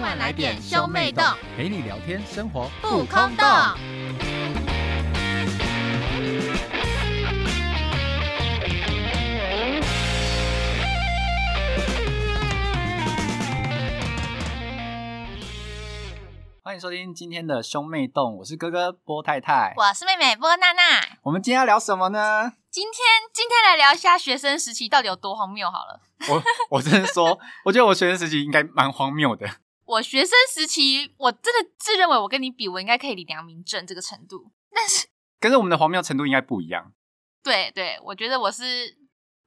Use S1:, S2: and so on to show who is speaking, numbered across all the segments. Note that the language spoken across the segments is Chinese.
S1: 快来点兄妹洞，
S2: 陪你聊天，生活
S1: 不空洞。
S2: 欢迎收听今天的兄妹洞，我是哥哥波太太。
S1: 我是妹妹波娜娜，
S2: 我们今天要聊什么呢？
S1: 今天今天来聊一下学生时期到底有多荒谬好了。
S2: 我我真的 说，我觉得我学生时期应该蛮荒谬的。
S1: 我学生时期，我真的自认为我跟你比，我应该可以理良民正这个程度。
S2: 可是我们的荒谬程度应该不一样
S1: 对对，我觉得我是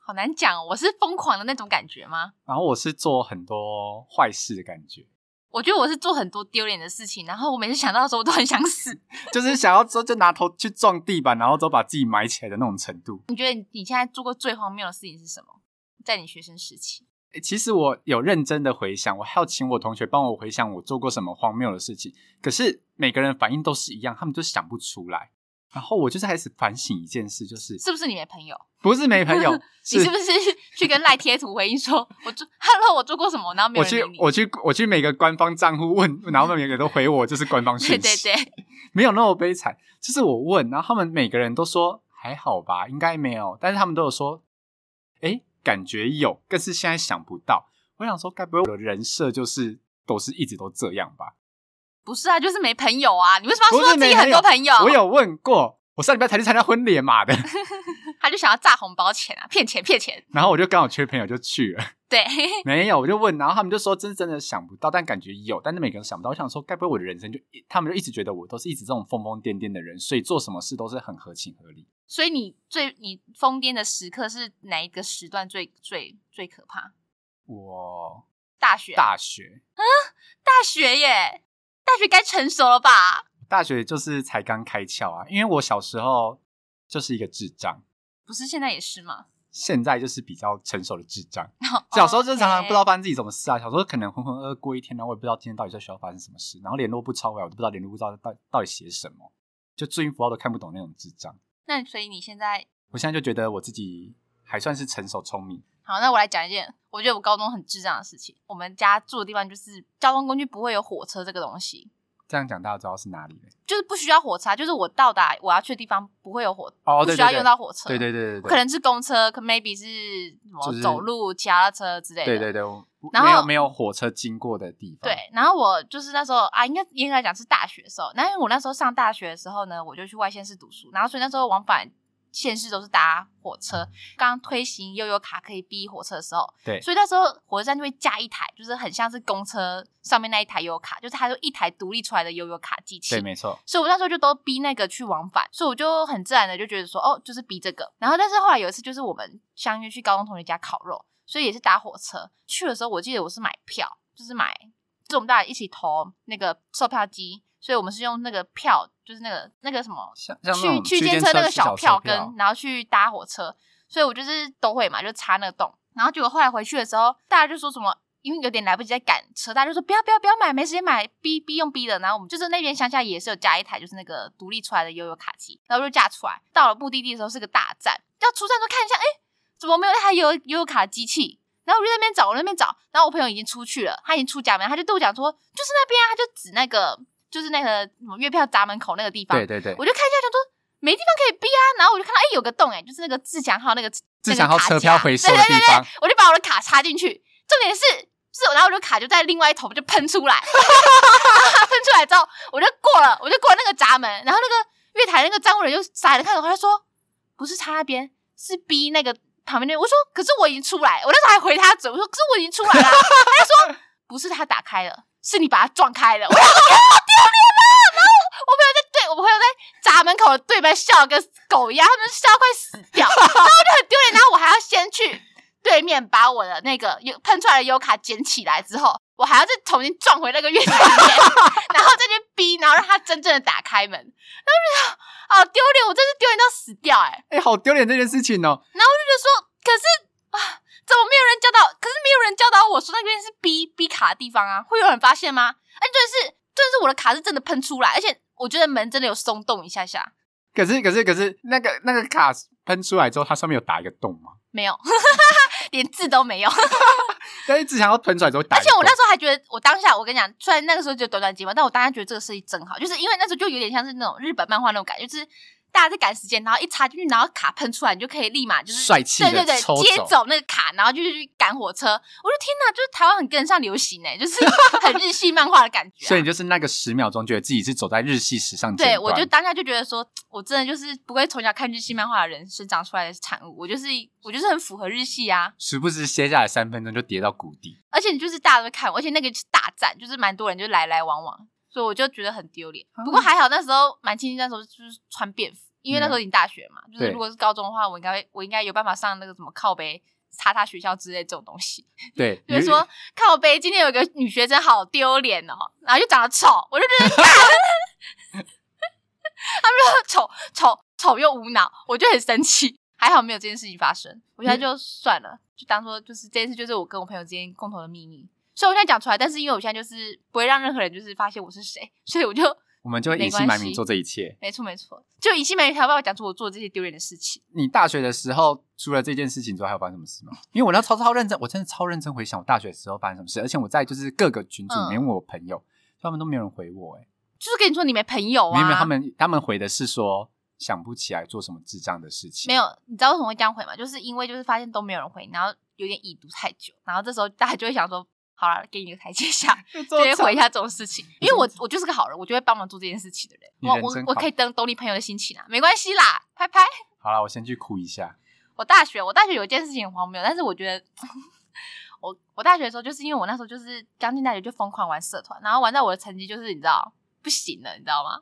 S1: 好难讲哦，我是疯狂的那种感觉吗？
S2: 然后我是做很多坏事的感觉，
S1: 我觉得我是做很多丢脸的事情，然后我每次想到的时候，我都很想死。
S2: 就是想要之后就拿头去撞地板，然后都把自己埋起来的那种程度。
S1: 你觉得你你现在做过最荒谬的事情是什么？在你学生时期，
S2: 诶其实我有认真的回想，我还要请我同学帮我回想我做过什么荒谬的事情。可是每个人反应都是一样，他们就想不出来。然后我就是开始反省一件事，就是
S1: 是不是你没朋友？，
S2: 不是没朋友
S1: 你是不是去跟赖贴图回应说，我做 Hello，我做过什么？然后没有
S2: 我
S1: 人
S2: 去
S1: 理你
S2: 我去我去每个官方账户问，然后每个都回我，就是官方讯
S1: 对
S2: 息。
S1: 对对，
S2: 没有那么悲惨。就是我问，然后他们每个人都说还好吧，应该没有，但是他们都有说，哎，感觉有，但是现在想不到。我想说，该不会我的人设就是都是一直都这样吧？
S1: 不是啊，就是没朋友啊。你为什么要
S2: 不
S1: 说
S2: 是
S1: 自己
S2: 没
S1: 很多朋友？
S2: 我，有问过，我上礼拜才去参加婚礼嘛的，
S1: 他就想要炸红包钱啊，骗钱骗钱。
S2: 然后我就刚好缺朋友就去了，
S1: 对，
S2: 没有，我就问，然后他们就说真真的想不到，但感觉有，但是每个人都想不到。我想说，该不会我的人生就一他们就一直觉得我都是一直这种疯疯癫癫的人，所以做什么事都是很合情合理。
S1: 所以你最你疯癫的时刻是哪一个时段最最最可怕？
S2: 我
S1: 大学，
S2: 大学
S1: 大学耶，大学该成熟了吧？
S2: 大学就是才刚开窍啊，因为我小时候就是一个智障，
S1: 不是现在也是吗？
S2: 现在就是比较成熟的智障。
S1: 哦
S2: 小时候就常常不知道发生自己什么事啊，小时候可能浑浑噩噩过一天，然后我也不知道今天到底在学校发生什么事，然后联络簿抄回来，我都不知道联络簿到到到底写什么，就注音符号都看不懂那种智障。
S1: 那所以你现在
S2: 我现在就觉得我自己还算是成熟聪明，
S1: 好，那我来讲一件我觉得我高中很智障的事情。我们家住的地方就是交通工具不会有火车这个东西，
S2: 这样讲大家知道是哪里了。
S1: 就是不需要火车啊，就是我到达我要去的地方不会有火，
S2: 哦
S1: 不
S2: 对
S1: 需要
S2: 对对
S1: 用到火车，
S2: 对对对对
S1: 我
S2: 对，
S1: 可能是公车，可 maybe 是什么、
S2: 就是
S1: 走路、骑脚踏车之类的，
S2: 对嗯对对，我
S1: 然后
S2: 没有没有火车经过的地方。
S1: 对，然后我就是那时候啊，应该应该来讲是大学的时候。那因为我那时候上大学的时候呢，我就去外县市读书，然后所以那时候往返县市都是搭火车。刚推行悠游卡可以逼火车的时候，
S2: 对
S1: 所以那时候火车站就会架一台，就是很像是公车上面那一台悠游卡，就是它就一台独立出来的悠游卡机器
S2: 对，。没错。
S1: 所以我那时候就都逼那个去往返，所以我就很自然的就觉得说，哦，就是逼这个。然后，但是后来有一次，就是我们相约去高中同学家烤肉，所以也是搭火车去的时候，我记得我是买票，就是买，就我们大家一起投那个售票机，所以我们是用那个票，就是那个那个什么
S2: 像像那
S1: 去
S2: 种
S1: 区
S2: 间
S1: 间车那个
S2: 是小
S1: 票
S2: 票
S1: 根，然后去搭火车，所以我就是都会嘛，就插那个洞。然后结果后来回去的时候，大家就说什么，因为有点来不及在赶车，大家就说不要不要不要买，没时间买，逼逼用逼的。然后我们就是那边乡下也是有加一台，就是那个独立出来的悠悠卡机，然后就架出来。到了目的地的时候是个大站，要出站就看一下，哎，怎么没有那台悠悠悠悠卡的机器？然后我就在那边找，我在那边找，然后我朋友已经出去了，他已经出家门，他就对我讲说，就是那边啊，他就指那个，就是那个什么月票闸门口那个地方，
S2: 对对对，
S1: 我就看一下，想说没地方可以逼啊，然后我就看到哎、有个洞哎、就是那个自强号那个
S2: 自强号
S1: 那个卡
S2: 车
S1: 夹
S2: 票回收的
S1: 对对对
S2: 地方，
S1: 我就把我的卡插进去，重点是是，然后我就卡就在另外一头就喷出 来，然后它喷出来之后，我就过了，我就过了那个闸门，然后那个月台那个站务人就傻眼地看着我，他就说不是插那边，是逼那个旁边那个。我说可是我已经出来，我那时候还回他嘴，我说可是我已经出来了啊， 他就说不是他打开了，是你把它撞开了。我说好丢脸啊！然后我朋友在对我朋友在闸门口的对面笑得跟狗一样，他们笑得快死掉，然后我就很丢脸，然后我还要先去。对面把我的那个优喷出来的优卡捡起来之后，我还要再重新撞回那个月台里面，然后再去逼，然后让他真正的打开门。然后就觉得好丢脸，我真是丢脸到死掉哎、
S2: 哎、好丢脸这件事情哦！
S1: 我就说，可是啊，怎么没有人教导？可是没有人教导我说那边是 B B 卡的地方啊，会有人发现吗？哎，真的是，真的是我的卡是真的喷出来，而且我觉得门真的有松动一下下，
S2: 可是可是可是，那个那个 卡喷出来之后，它上面有打一个洞吗？
S1: 没有，连字都没有。
S2: 但是只想要喷出来之后打
S1: 而
S2: 一
S1: 且
S2: 顿，
S1: 我那时候还觉得，我当下我跟你讲，虽然那个时候就短短几秒，但我当下觉得这个设计真好，就是因为那时候就有点像是那种日本漫画那种感觉，就是大家在赶时间，然后一插进去，然后卡喷出来，你就可以立马就是
S2: 帅气地
S1: 对对对，
S2: 抽走
S1: 接走那个卡，然后就去赶火车。我就天哪，就是台湾很跟得上流行哎、就是 很日系漫画的感觉啊、
S2: 所以你就是那个十秒钟，觉得自己是走在日系时尚尖
S1: 对，
S2: 端。
S1: 我就当下就觉得说，我真的就是不会从小看日系漫画的人生长出来的产物，我就是我就是很符合日系啊。
S2: 殊不知歇下来三分钟就跌到谷底。
S1: 而且你就是大家都看我，而且那个是大战，就是蛮多人就来来往往，所以我就觉得很丢脸。不过还好那时候蛮庆幸，那时候就是穿便服，因为那时候已经大学嘛，就是
S2: 对
S1: 如果是高中的话，我应该会我应该有办法上那个什么靠背擦擦学校之类这种东西。
S2: 对，
S1: 就是说靠背今天有个女学生好丢脸哦，然后就长得丑，我就觉得 干，他们说丑丑丑又无脑，我就很生气。还好没有这件事情发生，我现在
S2: 嗯
S1: 就算了，就当做就是这件事就是我跟我朋友之间共同的秘密。所以我现在讲出来，但是因为我现在就是不会让任何人就是发现我是谁， 所以我就
S2: 我们就会隐姓埋名做这一切。
S1: 没错没错，就隐姓埋名才有办法讲出我做这些丢脸的事情。
S2: 你大学的时候，除了这件事情之后，还有发生什么事吗？因为我那超超认真，我真的超认真回想我大学的时候发生什么事，而且我在就是各个群
S1: 嗯
S2: 组里面问我朋友，他们都没有人回我、欸，
S1: 就是跟你说你没朋友
S2: 哎，
S1: 啊，
S2: 没有，他们他们回的是说想不起来做什么智障的事情，
S1: 没有，你知道为什么会这样回吗？就是因为就是发现都没有人回，然后有点已读太久，然后这时候大家就会想说，好了，给你个台阶下，
S2: 有，
S1: 就会回一下这种事情。因为我我就是个好人，我就会帮忙做这件事情的人。
S2: 你
S1: 我
S2: 人
S1: 我
S2: 真
S1: 我
S2: 好
S1: 可以懂懂你朋友的心情啊，没关系啦，拍拍。
S2: 好了，我先去哭一下。
S1: 我大学我大学有一件事情很荒谬，但是我觉得我我大学的时候，就是因为我那时候就是刚进大学就疯狂玩社团，然后玩到我的成绩就是你知道不行了，你知道吗？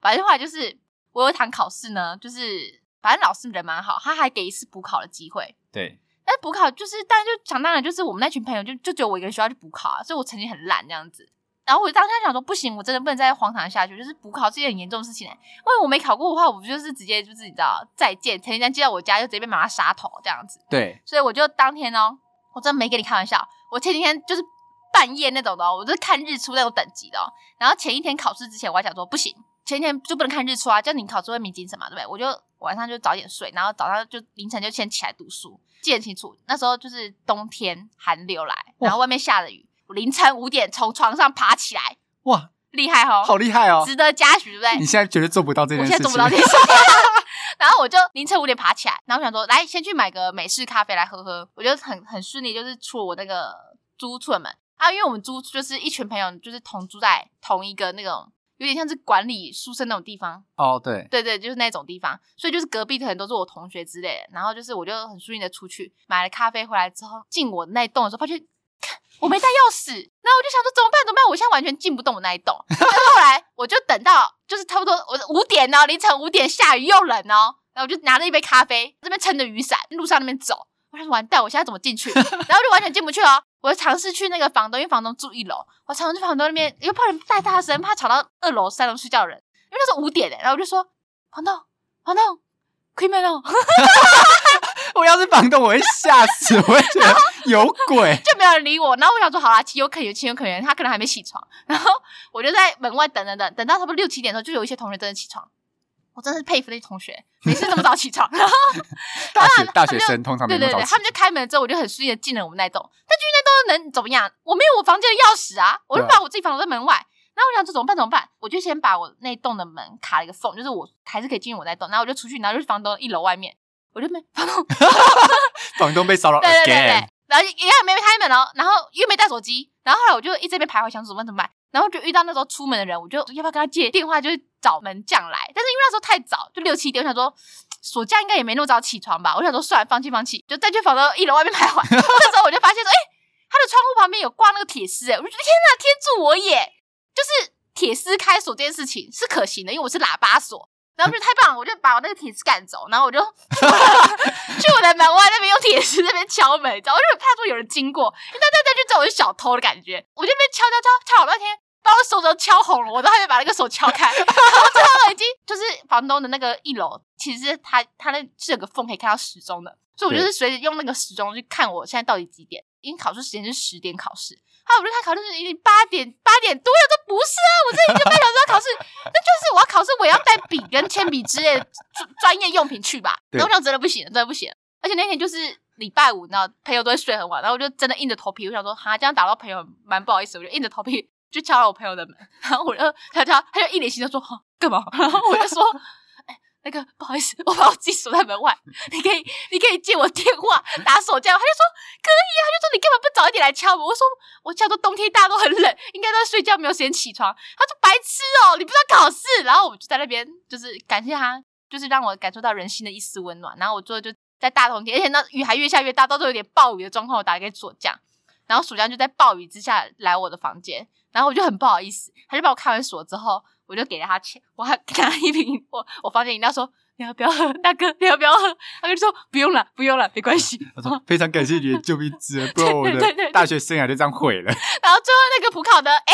S1: 反正后来就是我有一堂考试呢，就是反正老师人蛮好，他还给一次补考的机会。
S2: 对，
S1: 但补考就是，当然就想当然就是我们那群朋友就就只有我一个人需要去补考啊，所以我成绩很烂这样子。然后我当下想说，不行，我真的不能再荒唐下去，就是补考是一件很严重的事情、欸，因为我没考过的话，我不就是直接就是你知道再见，成绩单寄到我家就直接被妈妈杀头这样子。
S2: 对，
S1: 所以我就当天哦，我真的没跟你开玩笑，我前几天就是半夜那种的、哦，我就是看日出那种等级的、哦。然后前一天考试之前，我还想说不行，前一天就不能看日出啊，叫你考试会迷精神嘛，对不对？我就晚上就早点睡，然后早上就凌晨就先起来读书。记得很清楚，那时候就是冬天寒流来，
S2: 哇
S1: 然后外面下着雨，我凌晨五点从床上爬起来，
S2: 哇，
S1: 厉害哦，
S2: 好厉害哦！
S1: 值得嘉许，对不对？
S2: 你现在绝对做不到这
S1: 我
S2: 件
S1: 现
S2: 事
S1: 在做
S2: 情，
S1: 不到这件事。 然后我就凌晨五点爬起来，然后我想说，来先去买个美式咖啡来喝喝。我就很很顺利，就是出了我那个租处门啊，因为我们租就是一群朋友，就是同住在同一个那种有点像是管理宿舍那种地方，
S2: 哦，对，
S1: 对对，就是那种地方，所以就是隔壁可能都是我同学之类的。然后就是我就很顺利的出去买了咖啡回来之后，进我那一栋的时候，发现看我没带钥匙，然后我就想说怎么办怎么办？我现在完全进不动我那一栋。但是后来我就等到就是差不多我五点哦，凌晨五点下雨又冷哦，然后我就拿着一杯咖啡，这边撑着雨伞，路上那边走。我想说完蛋，我现在怎么进去？然后就完全进不去哦。我就尝试去那个房东，因为房东住一楼，我尝试去房东那边，又怕人太大声，怕吵到二楼、三楼睡觉的人。因为那时候五点的，欸然后我就说房东，房东，开门哦，
S2: 我要是房东，我会吓 死，我会觉得有鬼。
S1: 就没有人理我。然后我想说，好啦，情有可原，情有可原，他可能还没起床。然后我就在门外等等等，等到差不多六七点的时候，就有一些同学真的起床。我真的是佩服那些同学，每次这么早起床。 然后
S2: 大学
S1: 然后
S2: 大学生通常没
S1: 对对
S2: 那么早
S1: 对，
S2: 起，
S1: 他们就开门之后，我就很顺利的进了我们那栋。但进去那栋能怎么样？我没有我房间的钥匙啊，我就
S2: 对啊
S1: 把我自己房间在门外。然后我想说怎么办怎么办？我就先把我那栋的门卡了一个缝，就是我还是可以进入我那栋。然后我就出去，然后就是房东一楼外面，我就没房东
S2: 房东被骚扰
S1: 对对对对
S2: again，
S1: 对，然后一样没开门哦，然后又没带手机，然后后来我就一直在那边徘徊，想说怎么办怎么办，然后就遇到那时候出门的人，我就要不要跟他借电话，就是找门将来，但是因为那时候太早，就六七点，我想说。哎锁匠应该也没那么早起床吧？我想说，算了，放弃放弃，就再去房东一楼外面徘徊。那时候我就发现说，哎、他的窗户旁边有挂那个铁丝、哎，我就觉得天哪，天助我也！就是铁丝开锁这件事情是可行的，因为我是喇叭锁，然后我就太棒了，我就把我那个铁丝赶走，然后我就去我的门外那边用铁丝那边敲门，你知道，我就很怕说有人经过，因为再再去找我是小偷的感觉，我就被敲敲敲敲好半天。把我手都敲红了，我都还没把那个手敲开。然后最后已经就是房东的那个一楼，其实他他那是有个缝可以看到时钟的，所以我就是随着用那个时钟去看我现在到底几点。因为考试时间是十点考试，还有我就看考试时间已经八点哎八点多了，都不是啊！我这已经半小时要考试，那就是我要考试，我也要带笔跟铅笔之类的专专业用品去吧。
S2: 对
S1: 然后我想真的不行了，真的不行了。而且那天就是礼拜五呢，朋友都会睡很晚，然后我就真的硬着头皮，我想说，哈，这样打到朋友蛮不好意思，我就硬着头皮就敲了我朋友的门，然后我就他就他就一脸心就说哈干嘛， 然后我就说。哎，那个不好意思，我把我自己锁在门外，你可以，你可以借我电话打手枪。他就说可以啊，他就说你干嘛不早一点来敲门？我说我叫做冬天大家都很冷，应该都在睡觉，没有时间起床。他说白痴哦，你不知道考试。然后我们就在那边就是感谢他，就是让我感受到人心的一丝温暖。然后我最后就在大冬天，而且那雨还越下越大，到最后有点暴雨的状况，我打给左将，然后暑将就在暴雨之下来我的房间，然后我就很不好意思，他就把我开完锁之后，我就给了他钱，我还给他一瓶我我房间饮料说，你要不要喝，大哥你要不要喝？他就说不用了，不用了，没关系。
S2: 他说非常感谢你的救命 之恩，不然我
S1: 对对对
S2: 的
S1: 对
S2: 大学生涯就这样毁了。
S1: 然后最后那个普考呢，哎、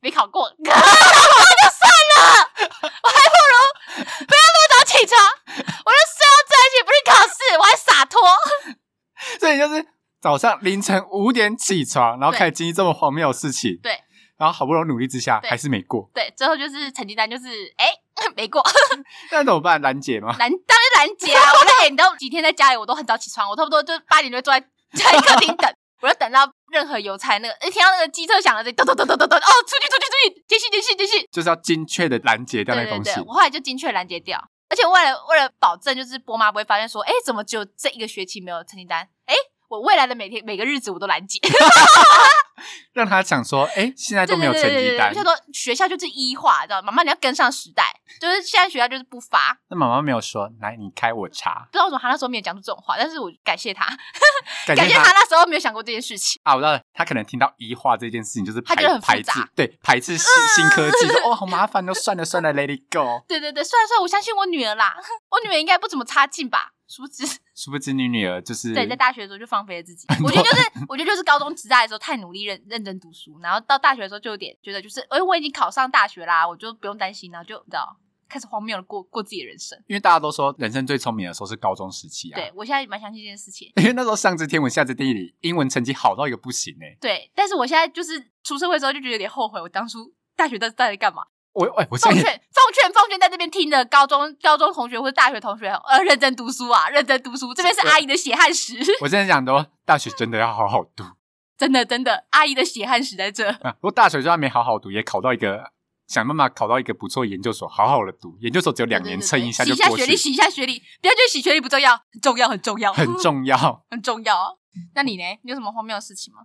S1: 没考过， 然后就算了，我还不如不要那么早起床，我就睡到在一起，不是考试，我还洒脱。
S2: 所以就是早上凌晨五点起床，然后
S1: 对
S2: 开始经历这么荒谬的事情。
S1: 对。
S2: 然后好不容易努力之下，
S1: 对
S2: 还是没过，
S1: 对，最后就是成绩单就是哎、没过，
S2: 那怎么办？拦 截吗？
S1: 难当然难解啊！我那你知道几天在家里，我都很早起床，我差不多就八点就会坐在在客厅等，我就等到任何邮差那个，一听到那个机车响了，这咚咚咚咚咚咚，哦，出去出去出去，继续继续继续，
S2: 就是要精确的拦截掉那
S1: 对
S2: 个
S1: 对
S2: 东西
S1: 对，。我后来就精确拦截掉，而且为了为了保证，就是波妈不会发现说，哎，怎么只有这一个学期没有成绩单？哎，我未来的每天每个日子我都拦截，
S2: 让他想说，哎，现在
S1: 对
S2: 都没有成
S1: 对对对
S2: 绩
S1: 对
S2: 单
S1: 对，就，说学校就是一化，知道吗？妈妈你要跟上时代，就是现在学校就是不发，
S2: 那妈妈没有说，来你开我茶
S1: 不，知道为什么他那时候没有讲出这种话，但是我感谢他，
S2: 感
S1: 感谢
S2: 觉
S1: 他那时候没有想过这件事情。
S2: 啊，我知道了，他可能听到一化这件事情，就是
S1: 他
S2: 排
S1: 觉得很复
S2: 排斥
S1: 杂，嗯
S2: 对，排斥新新科技，说哦好麻烦哦，算了算了，Let it go。
S1: 对对对，虽然说我相信我女儿啦， 我女儿应该不怎么差劲吧。殊不知，
S2: 殊不知你女儿就是
S1: 对，在大学的时候就放飞了自己。我觉得就是，我觉得就是高中职大的时候太努力认认真读书，然后到大学的时候就有点觉得就是，哎、我已经考上大学啦，我就不用担心，然后就你知道开始荒谬的过过自己的人生。
S2: 因为大家都说人生最聪明的时候是高中时期啊，
S1: 对，我现在蛮相信这件事情。
S2: 因为那时候上知天文下知地理，英文成绩好到一个不行哎、
S1: 对，但是我现在就是出社会之后就觉得有点后悔，我当初大学到底在干嘛？
S2: 我哎、我
S1: 奉
S2: 现
S1: 劝
S2: 在
S1: 奉劝奉劝在这边听的高中高中同学或者大学同学，呃，认真读书啊，认真读书，这边是阿姨的血汗史。
S2: 我现在讲的哦，大学真的要好好读
S1: 真的真的，阿姨的血汗史在这。
S2: 啊！如果大学就算没好好读，也考到一个想办法考到一个不错的研究所，好好的读研究所只有两
S1: 对
S2: 年，
S1: 对对
S2: 蹭一下就
S1: 洗一下
S2: 过
S1: 学历，嗯
S2: 去，
S1: 洗一下学历，不要觉得洗学历不重要，很重要，很重要，
S2: 很重要。
S1: 很重要啊。那你呢？你有什么荒谬的事情吗？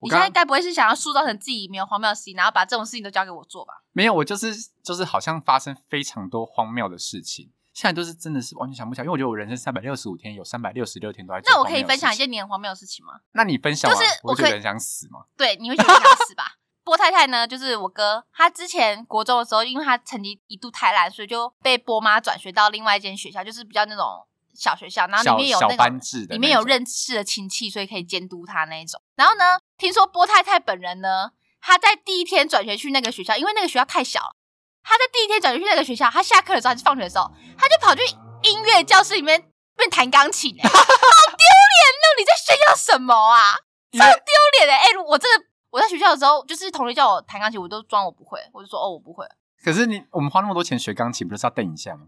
S2: 我
S1: 你
S2: 刚
S1: 现在
S2: 刚
S1: 该不会是想要塑造成自己没有荒谬的事情，然后把这种事情都交给我做吧？
S2: 没有，我就是就是好像发生非常多荒谬的事情，现在都是真的是完全想不起来，因为我觉得我人生三百六十五天有三百六十六天都在做
S1: 那我
S2: 荒
S1: 可以
S2: 谬的
S1: 分享一
S2: 事情，
S1: 件你很荒谬的事情吗？
S2: 那你分享完，
S1: 就是
S2: 我
S1: 我可
S2: 就觉
S1: 以
S2: 得很想死嘛。
S1: 对，你会觉得想死吧？ 波太太呢，就是我哥，他之前国中的时候，因为他成绩一度太烂，所以就被波妈转学到另外一间学校，就是比较那种小学校，然后
S2: 小
S1: 里面有那
S2: 小
S1: 种
S2: 班制的那种，
S1: 里面有认识的亲戚，所以可以监督他那一种。然后呢，听说波太太本人呢，她在第一天转学去那个学校，因为那个学校太小了，她在第一天转学去那个学校，她下课的时候还是放学的时候，她就跑去音乐教室里面边弹钢琴、 欸，好丢脸哦！你在炫耀什么啊？
S2: 因为
S1: 丢脸哎、欸！如我这个我在学校的时候，就是同学叫我弹钢琴，我都装我不会，我就说哦我不会，
S2: 可是你我们花那么多钱学钢琴，不是要瞪一下吗？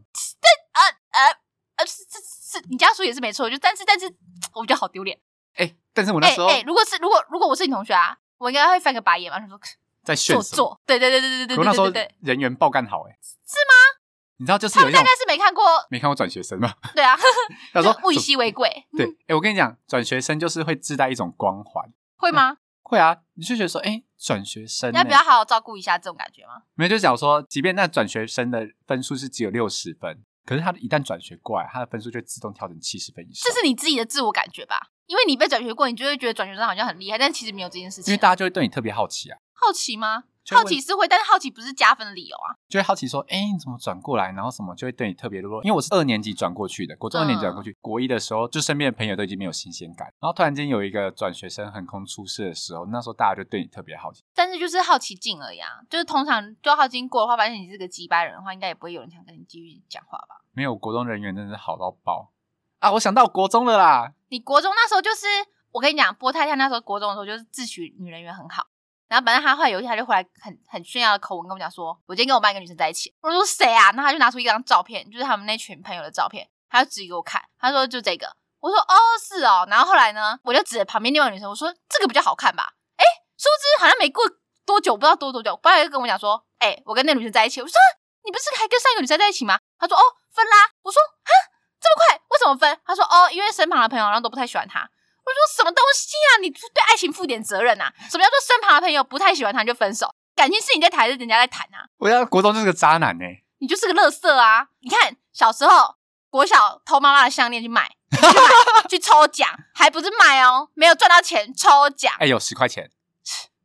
S1: 呃是是是，你这样说也是没错，就但是但是我觉得好丢脸。
S2: 哎、但是我那
S1: 哎
S2: 时候
S1: 哎、如果是如果如果我是你同学啊，我应该会翻个白眼吧，想说
S2: 在炫
S1: 做
S2: 什么？
S1: 作，对对对对对对
S2: 我那
S1: 对
S2: 时候
S1: 对对，
S2: 人缘爆干好哎、是吗？你知道就是
S1: 他
S2: 有
S1: 们
S2: 一
S1: 大
S2: 种
S1: 概是没看过，
S2: 没看过转学生吗？
S1: 对啊，
S2: 他说
S1: 就 物以稀为贵，嗯
S2: 对，哎、我跟你讲，转学生就是会自带一种光环，
S1: 会吗？
S2: 会啊，你就觉得说，哎、转学生、欸、
S1: 要不要好好照顾一下这种感觉吗？
S2: 没有就讲说，即便那转学生的分数是只有六十分，可是他一旦转学过来，他的分数就自动调整七十分以上
S1: 这。是你自己的自我感觉吧？因为你被转学过，你就会觉得转学生好像很厉害，但其实没有这件事
S2: 因
S1: 情啊
S2: 为。大家就会对你特别好奇啊，
S1: 好奇吗？
S2: 就会
S1: 好
S2: 问
S1: 奇是会，但是好奇不是加分的理由啊。
S2: 就会好奇说，哎、你怎么转过来？然后什么就会对你特别多。因为我是二年级转过去的，
S1: 嗯
S2: 国中二年级转过去，国一的时候就身边的朋友都已经没有新鲜感，然后突然间有一个转学生横空出世的时候，那时候大家就对你特别好奇。
S1: 但是就是好奇劲而已啊，就是通常就好奇心过的话，发现你是个鸡掰人的话，应该也不会有人想跟你继续讲话吧？
S2: 没有国中人员真的是好到爆啊！我想到我国中了啦，
S1: 你国中那时候就是，我跟你讲，波太太那时候国中的时候就是自诩女人缘很好，然后反正她后来有一天她就回来很很炫耀的口吻跟我讲说，我今天跟我班一个女生在一起，我说谁啊？然后她就拿出一张照片，就是他们那群朋友的照片，她就指给我看，她说就这个，我我说哦是哦，然后后来呢，我就指着旁边另外一个女生，我说这个比较好看吧。哎，殊不知好像没过多久，不知道多多久，朋友就跟我讲说，哎，我跟那女生在一起。我说啊你不是还跟上一个女生在一起吗？他说哦分啦。我说哈这么快，为什么分？他说哦因为身旁的朋友然后都不太喜欢他。我说什么东西啊？你对爱情负点责任啊？什么叫做身旁的朋友不太喜欢他你就分手？感情是你在谈，还是人家在谈啊？
S2: 我要国中就是个渣男呢、欸
S1: 你就是个乐色啊！你看小时候国小偷妈妈的项链去买，去买 去抽奖，还不是卖哦，没有赚到钱抽奖，
S2: 哎、有十块钱，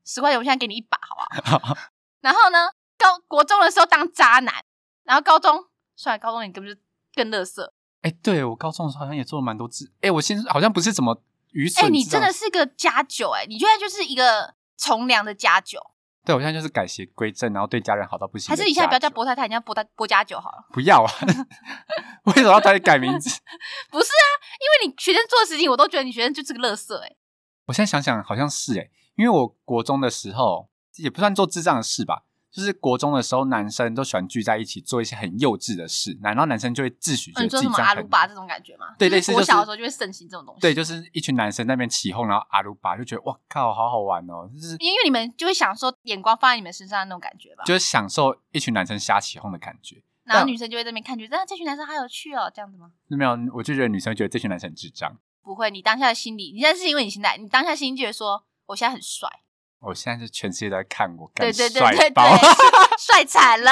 S1: 十块钱我现在给你一把，好不好？然后呢，高国中的时候当渣男，然后高中算了，高中你根本就更乐色，
S2: 哎、对我高中的时候好像也做了蛮多次，哎、我现在好像不是怎么愚
S1: 哎、
S2: 蠢，
S1: 你
S2: 知道
S1: 真
S2: 吗
S1: 的是个家酒、哎，你现在就是一个从良的家酒，
S2: 对我现在就是改邪归正，然后对家人好到不行
S1: 还
S2: 的
S1: 是
S2: 家酒。
S1: 你现在不要叫波太太，你叫波太波家酒好了，
S2: 不要啊！ 为什么要突然改名字？
S1: 啊因为你学生做的事情，我都觉得你学生就是个乐色、哎，
S2: 我现在想想好像是哎、因为我国中的时候也不算做智障的事吧，就是国中的时候男生都喜欢聚在一起做一些很幼稚的事，然后男生就会自诩觉
S1: 哦你
S2: 得
S1: 说
S2: 自
S1: 什
S2: 己
S1: 么
S2: 这样
S1: 阿
S2: 很
S1: 鲁巴这种感觉吗？
S2: 对
S1: 就
S2: 类似
S1: 是国
S2: 就是
S1: 小的时候就会盛行这种东西，
S2: 对，就是一群男生在那边起哄，然后阿鲁巴就觉得哇靠，好好玩哦，就是
S1: 因为你们就会想说眼光放在你们身上的那种感觉吧。
S2: 就是享受一群男生瞎起哄的感觉。
S1: 然后女生就会在那边看，觉得啊这群男生好有趣哦，这样子吗？
S2: 没有，我就觉得女生觉得这群男生很智障。
S1: 不会，你当下的心理，你现在是因为你现在，你当下心里觉得说我现在很帅，
S2: 我现在是全世界都在看我，干
S1: 对对对
S2: 帅
S1: 对
S2: 爆
S1: 对，帅惨了。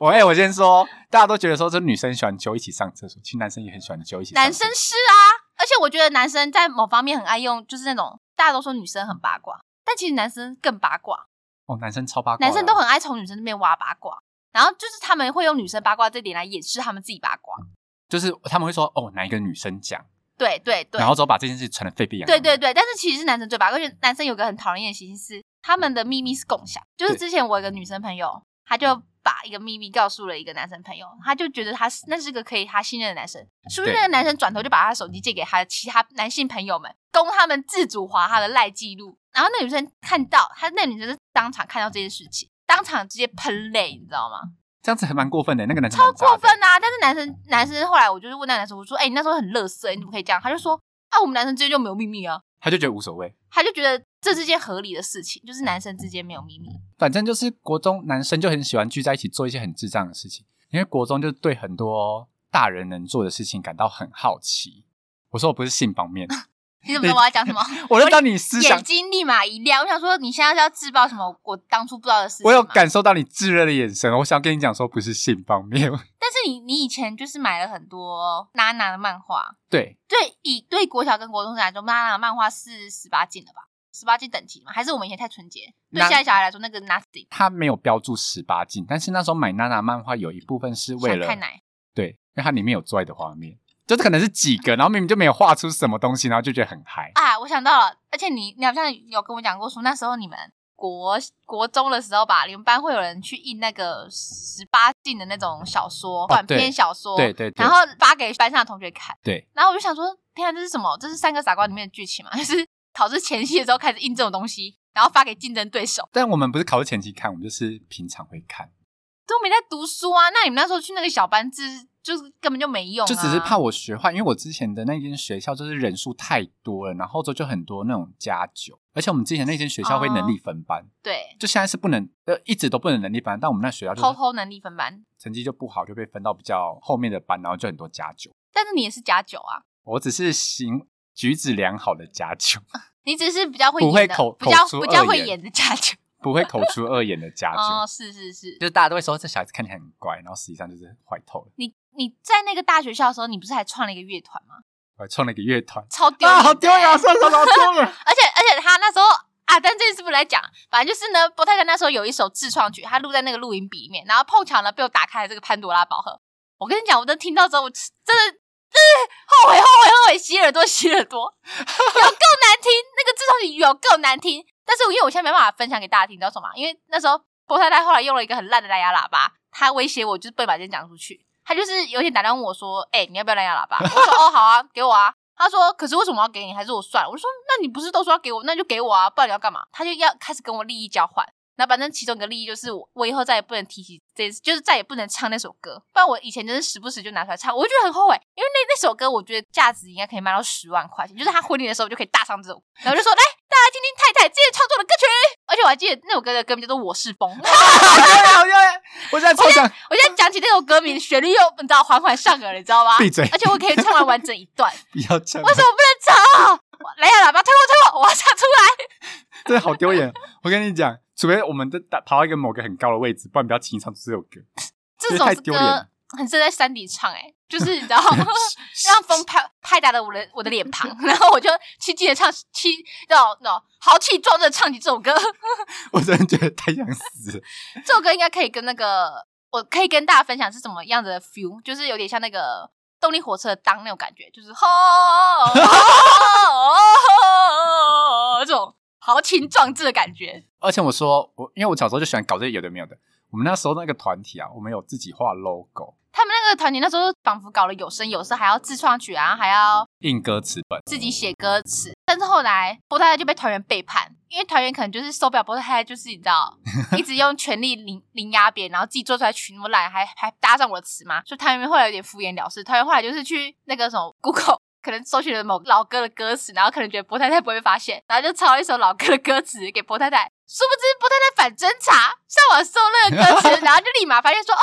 S2: 我哎、我先说，大家都觉得说这女生喜欢揪一起上厕所，其实男生也很喜欢揪一起上
S1: 男
S2: 厕所。
S1: 生是啊，而且我觉得男生在某方面很爱用，就是那种大家都说女生很八卦，但其实男生更八卦，
S2: 哦，男生超八卦的啊，
S1: 男生都很爱从女生那边挖八卦，然后就是他们会用女生八卦这点来掩饰他们自己八卦。
S2: 嗯就是他们会说哦，哪一个女生讲，
S1: 对对对，
S2: 然后之后把这件事传的沸沸扬扬。
S1: 对对，对，但是其实是男生最白，而且男生有个很讨厌的习性是，他们的秘密是共享。就是
S2: 对
S1: 之前我有个女生朋友，她就把一个秘密告诉了一个男生朋友，她就觉得他是那是个可以她信任的男生，是不是
S2: 对
S1: 那个男生转头就把他手机借给他的其他男性朋友们，供他们自主划他的赖记录？然后那女生看到，她那女生是当场看到这件事情，当场直接喷泪，你知道吗？
S2: 这样子还蛮过分的，那个男生
S1: 超
S2: 蛮渣的
S1: 过分啊！但是男生男生后来我就是问那个男生，我说：“哎、你那时候很乐色、你怎么可以这样？”他就说：“啊，我们男生之间就没有秘密啊。”
S2: 他就觉得无所谓。
S1: 他就觉得这是件合理的事情，就是男生之间没有秘密。
S2: 反正就是国中男生就很喜欢聚在一起做一些很智障的事情，因为国中就对很多大人能做的事情感到很好奇。我说我不是性方面，
S1: 你怎么知道我要讲什么？
S2: 我就当你思想
S1: 眼，睛立马一亮，我想说你现在是要自爆什么我当初不知道的事情吗
S2: 我有。感受到你炙热的眼神，我想跟你讲说不是性方面，
S1: 但是你你以前就是买了很多娜娜的漫画，
S2: 对，
S1: 对以对国小跟国中生来说，娜娜的漫画是十八禁的吧？十八禁等级嘛？还是我们以前太纯洁？对
S2: 那
S1: 现在小孩来说，那个 nothing
S2: 他没有标注十八禁，但是那时候买娜娜漫画有一部分是为了
S1: 太奶。
S2: 对，因为它里面有做爱的画面，就是可能是几个，然后明明就没有画出什么东西，然后就觉得很嗨。
S1: 啊，我想到了，而且你你好像有跟我讲过说，那时候你们国国中的时候吧，你们班会有人去印那个十八禁的那种小说、短
S2: 哦对
S1: 篇小说，
S2: 对对对
S1: 然后发给班上的同学看，
S2: 对，
S1: 然后我就想说，天啊，这是什么？这是《三个傻瓜》里面的剧情嘛？ 就是考试前夕的时候开始印这种东西，然后发给竞争对手，
S2: 但我们不是考试前期看，我们就是平常会看，
S1: 都没在读书啊。那你们那时候去那个小班制，就是根本就没用、啊，
S2: 就只是怕我学坏，因为我之前的那间学校就是人数太多了，然后之后就很多那种家酒，而且我们之前那间学校
S1: 哦
S2: 会能力分班，
S1: 对
S2: 就现在是不能，呃，一直都不能能力分班，但我们那学校就
S1: 偷
S2: 是
S1: 偷能力分班，
S2: 成绩就不好，就被分到比较后面的班，然后就很多家酒。
S1: 但是你也是假酒啊。
S2: 我只是行举止良好的家酒，
S1: 你只是比较会
S2: 不
S1: 演
S2: 会
S1: 的
S2: 口
S1: 比较
S2: 口出
S1: 比较
S2: 恶
S1: 会
S2: 言
S1: 演的假酒。
S2: 不会口出恶言的家酒。
S1: 哦，是是是，
S2: 就是大家都会说这小孩子看起来很乖，然后实际上就是坏透了。
S1: 你你在那个大学校的时候，你不是还创了一个乐团吗？
S2: 我还创了一个乐团
S1: 超丢脸
S2: 啊，
S1: 的
S2: 好丢脸啊！算了算了，好丢 脸。
S1: 而且而且他那时候啊，但这件事不来讲，反正就是呢，波太太那时候有一首自创曲，他录在那个录音笔里面，然后碰巧呢被我打开了这个潘多拉宝盒。我跟你讲，我都听到之后，我真的、呃、后悔后悔后悔，洗耳朵洗耳朵，有够难听，那个自创曲有够难听。但是因为我现在没办法分享给大家听，你知道什么吗？因为那时候波太太后来用了一个很烂的蓝牙喇叭，他威胁我就是不能把这件讲出去。他就是有点打断我说：“哎、你要不要蓝牙喇叭？”我说：“哦，好啊，给我啊。”他说：“可是为什么我要给你？还是我算了？”我说：“那你不是都说要给我，那就给我啊，不然你要干嘛？”他就要开始跟我利益交换，那反正其中一个利益就是我，我以后再也不能提起这，就是再也不能唱那首歌，不然我以前真是时不时就拿出来唱，我就觉得很后悔，因为那那首歌我觉得价值应该可以卖到十万块钱，就是他婚礼的时候就可以大唱这首歌，然后就说来大家听听太太之前创作的歌曲，而且我还记得那首歌的歌名叫做《我是风》，
S2: 好丢脸，好丢脸！我现在超想
S1: 我现在讲起那首歌名，旋律又你知道缓缓上扬，你知道吗？
S2: 闭嘴
S1: 而且我可以唱完完整一段，
S2: 不要这样
S1: 为，什么不能唱？来呀，喇叭推我推我，我要唱出来！
S2: 真的好丢脸。哦我跟你讲，除非我们都打爬到一个某个很高的位置，不然不要轻易唱出这首 歌。
S1: 这
S2: 太
S1: 首
S2: 丢脸
S1: 歌
S2: 了
S1: 很适合在山顶唱、欸，哎，就是你知道吗？让风拍拍打了我的我的脸庞，然后我就去劲的唱，去那那豪气壮志地唱起这首歌。
S2: 我真的觉得太想死了。
S1: 这首歌应该可以跟那个，我可以跟大家分享是什么样子的 feel，就是有点像那个动力火车的当那种感觉，就是吼这种豪情壮志的感觉。
S2: 而且我说，我因为我小时候就喜欢搞这些有的没有的。我们那时候那个团体啊，我们有自己画 logo、
S1: 他们那个团体那时候仿佛搞了有声有色，还要自创曲啊，还要
S2: 印歌词本。
S1: 自己写歌词。但是后来波太太就被团员背叛，因为团员可能就是受不了波太太，就是你知道，一直用权力凌凌压别人，然后自己做出来曲那么烂，还还搭上我的词嘛，所以团员后来有点敷衍了事。团员后来就是去那个什么 Google。可能搜寻了某老歌的歌词，然后可能觉得波太太不会发现，然后就抄了一首老歌的歌词给波太太。殊不知波太太反侦查，上网搜那个歌词，然后就立马发现说，哦，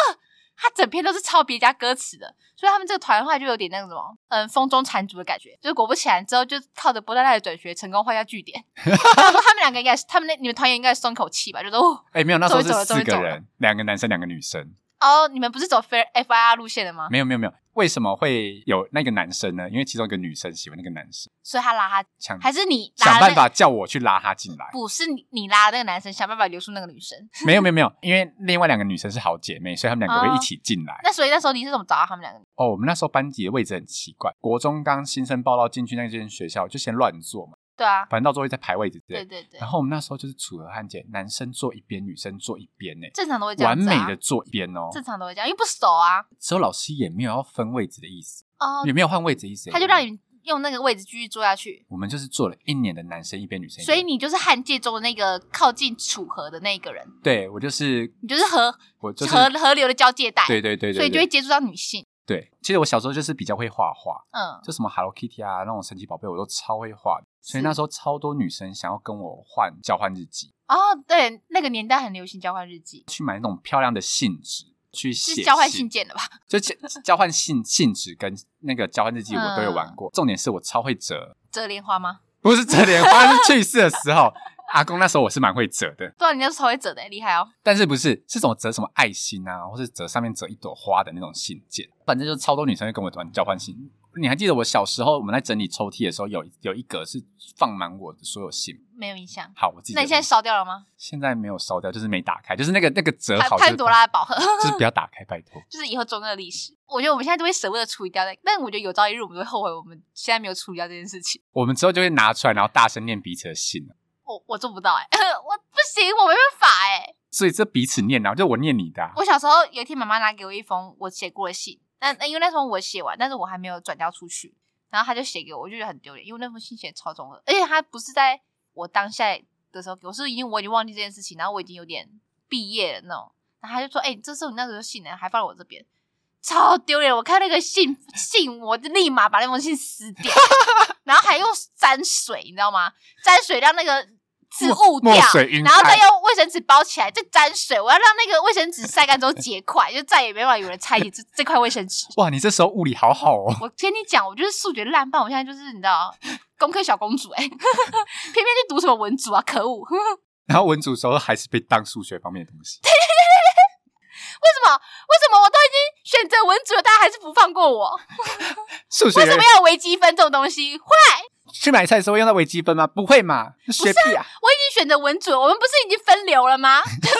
S1: 他整篇都是抄别家歌词的，所以他们这个团的话就有点那个什么，嗯，风中残烛的感觉。就是果不其然之后，就靠着波太太的转学成功画下句 点。他们两个应该是，他们那你们团员应该松口气吧？就说哦
S2: 哎、没有，那时候是
S1: 终于走了
S2: 四个
S1: 终于走
S2: 人，两个男生，两个女生。
S1: 哦，你们不是走 F F I R 路线的吗？
S2: 没有，没有，没有。为什么会有那个男生呢？因为其中一个女生喜欢那个男生，
S1: 所以他拉他，
S2: 想
S1: 还是你拉
S2: 想
S1: 那
S2: 办法叫我去拉他进来。
S1: 不是你你拉那个男生，想办法留住那个女生。
S2: 没有，没有，没有。因为另外两个女生是好姐妹，所以她们两
S1: 哦
S2: 个会一起进来。
S1: 那所以那时候你是怎么找到他们两个？
S2: 哦，我们那时候班级的位置很奇怪，国中刚新生报到进去那间学校就先乱坐嘛，
S1: 对啊，
S2: 反正到最后再排位置之类
S1: 对对
S2: 的。
S1: 对
S2: 然，后我们那时候就是楚河汉界，男生坐一边，女生坐一边呢、
S1: 正常都会这样、
S2: 完
S1: 子啊
S2: 美的坐一边哦。
S1: 正常都会这样，因为不熟啊。
S2: 之后老师也没有要分位置的意思，
S1: 哦
S2: 也，没有换位置的意思、
S1: 他就让你用那个位置继续坐下去。
S2: 我们就是坐了一年的男生一边，女生一边。
S1: 所以你就是汉界中的那个靠近楚河的那个人，
S2: 对我就是
S1: 你就是河、
S2: 我就是
S1: 河河流的交界带，
S2: 对对对对对，
S1: 所以就会接触到女性。
S2: 对。其实我小时候就是比较会画画，
S1: 嗯，
S2: 就什么 Hello Kitty 啊那种神奇宝贝，我都超会画的。所以
S1: 是
S2: 那时候超多女生想要跟我换交换日记，
S1: 哦，对，那个年代很流行交换日记，
S2: 去买那种漂亮的信纸去写
S1: 是交换
S2: 信
S1: 信件的吧？
S2: 就交交换信信纸跟那个交换日记我都有
S1: 嗯
S2: 玩过。重点是我超会折，
S1: 折莲花吗？
S2: 不是折莲花，是去世的时候，阿公那时候我是蛮会折的，
S1: 对啊，你那时候会折的，厉害哦。
S2: 但是不是是什么折什么爱心啊，或是折上面折一朵花的那种信件，反正就是超多女生会跟我玩交换信。你还记得我小时候我们在整理抽屉的时候，有有一格是放满我的所有信。
S1: 没有印象。
S2: 好，我自己
S1: 那你现在烧掉了吗？
S2: 现在没有烧掉，就是没打开，就是那个那个折
S1: 潘
S2: 好就是
S1: 潘多拉的宝盒，
S2: 就是不要打开，拜托。
S1: 就是以后中二的历史。我觉得我们现在都会舍不得处理掉的，但我觉得有朝一日我们都会后悔我们现在没有处理掉这件事情。
S2: 我们之后就会拿出来，然后大声念彼此的信了
S1: 我 我做不到哎、我不行，我没办法哎、
S2: 所以这彼此念啊，然后就我念你的、啊，
S1: 我小时候有一天，妈妈拿给我一封我写过的信，那那因为那封我写完，但是我还没有转交出去，然后她就写给我，我就觉得很丢脸，因为那封信写得超中二，而且她不是在我当下的时候给我，是已经我已经忘记这件事情，然后我已经有点毕业了那种，然后她就说：“哎、这是你那时候的信呢，还放在我这边。”超丢脸！我看那个信信，我就立马把那封信撕 掉，然后还用沾水，你知道吗？沾水让那个字
S2: 墨
S1: 雾掉，
S2: 墨水晕
S1: 然后
S2: 开
S1: 再用卫生纸包起来，再沾水。我要让那个卫生纸晒干之后结块，就再也没办法有人拆解这这块卫生纸。
S2: 哇，你这时候物理好好哦。
S1: 我跟你讲，我就是数学烂爆，我现在就是你知道，工科小公主哎、 偏偏去读什么文组啊，可恶！
S2: 然后文组时候还是被当数学方面的东 西，
S1: 为什么？为什么我都已经选择文组了，大家还是不放过我？
S2: 数学
S1: 为什么要有微积分这种东西？啊坏！
S2: 去买菜的时候会用到微积分吗？不会嘛，学屁啊！
S1: 我已经选择文组了，我们不是已经分流了吗？ 就是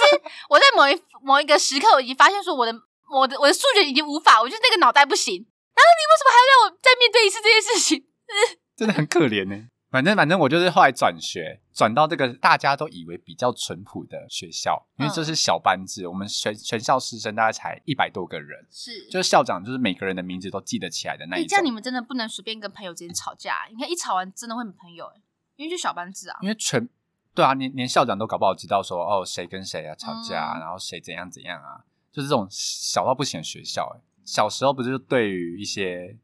S1: 我在某一某一个时刻，我已经发现说我的我的我的数学已经无法，我就是那个脑袋不行。然后你为什么还要让我再面对一次这件事情？
S2: 真的很可怜呢、反正反正我就是后来转学，转到这个大家都以为比较淳朴的学校，
S1: 嗯
S2: 因为这是小班制，我们全全校师生大概才一百多个人，
S1: 是
S2: 就是校长就是每个人的名字都记得起来的那
S1: 哎、
S2: 一
S1: 这样你
S2: 种。
S1: 们真的欸不能随便跟朋友之间吵架，你看一吵完真的会没朋友、哎，因为就小班制啊。
S2: 因为全对啊，连连校长都搞不好知道说哦谁跟谁啊吵架啊、
S1: 嗯
S2: 然后谁怎样怎样啊，就是这种小到不行的学校、欸。小时候不是就对于一些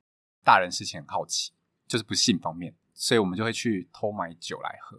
S2: 大人事情很好奇，就是不信方面，所以我们就会去偷买酒来喝。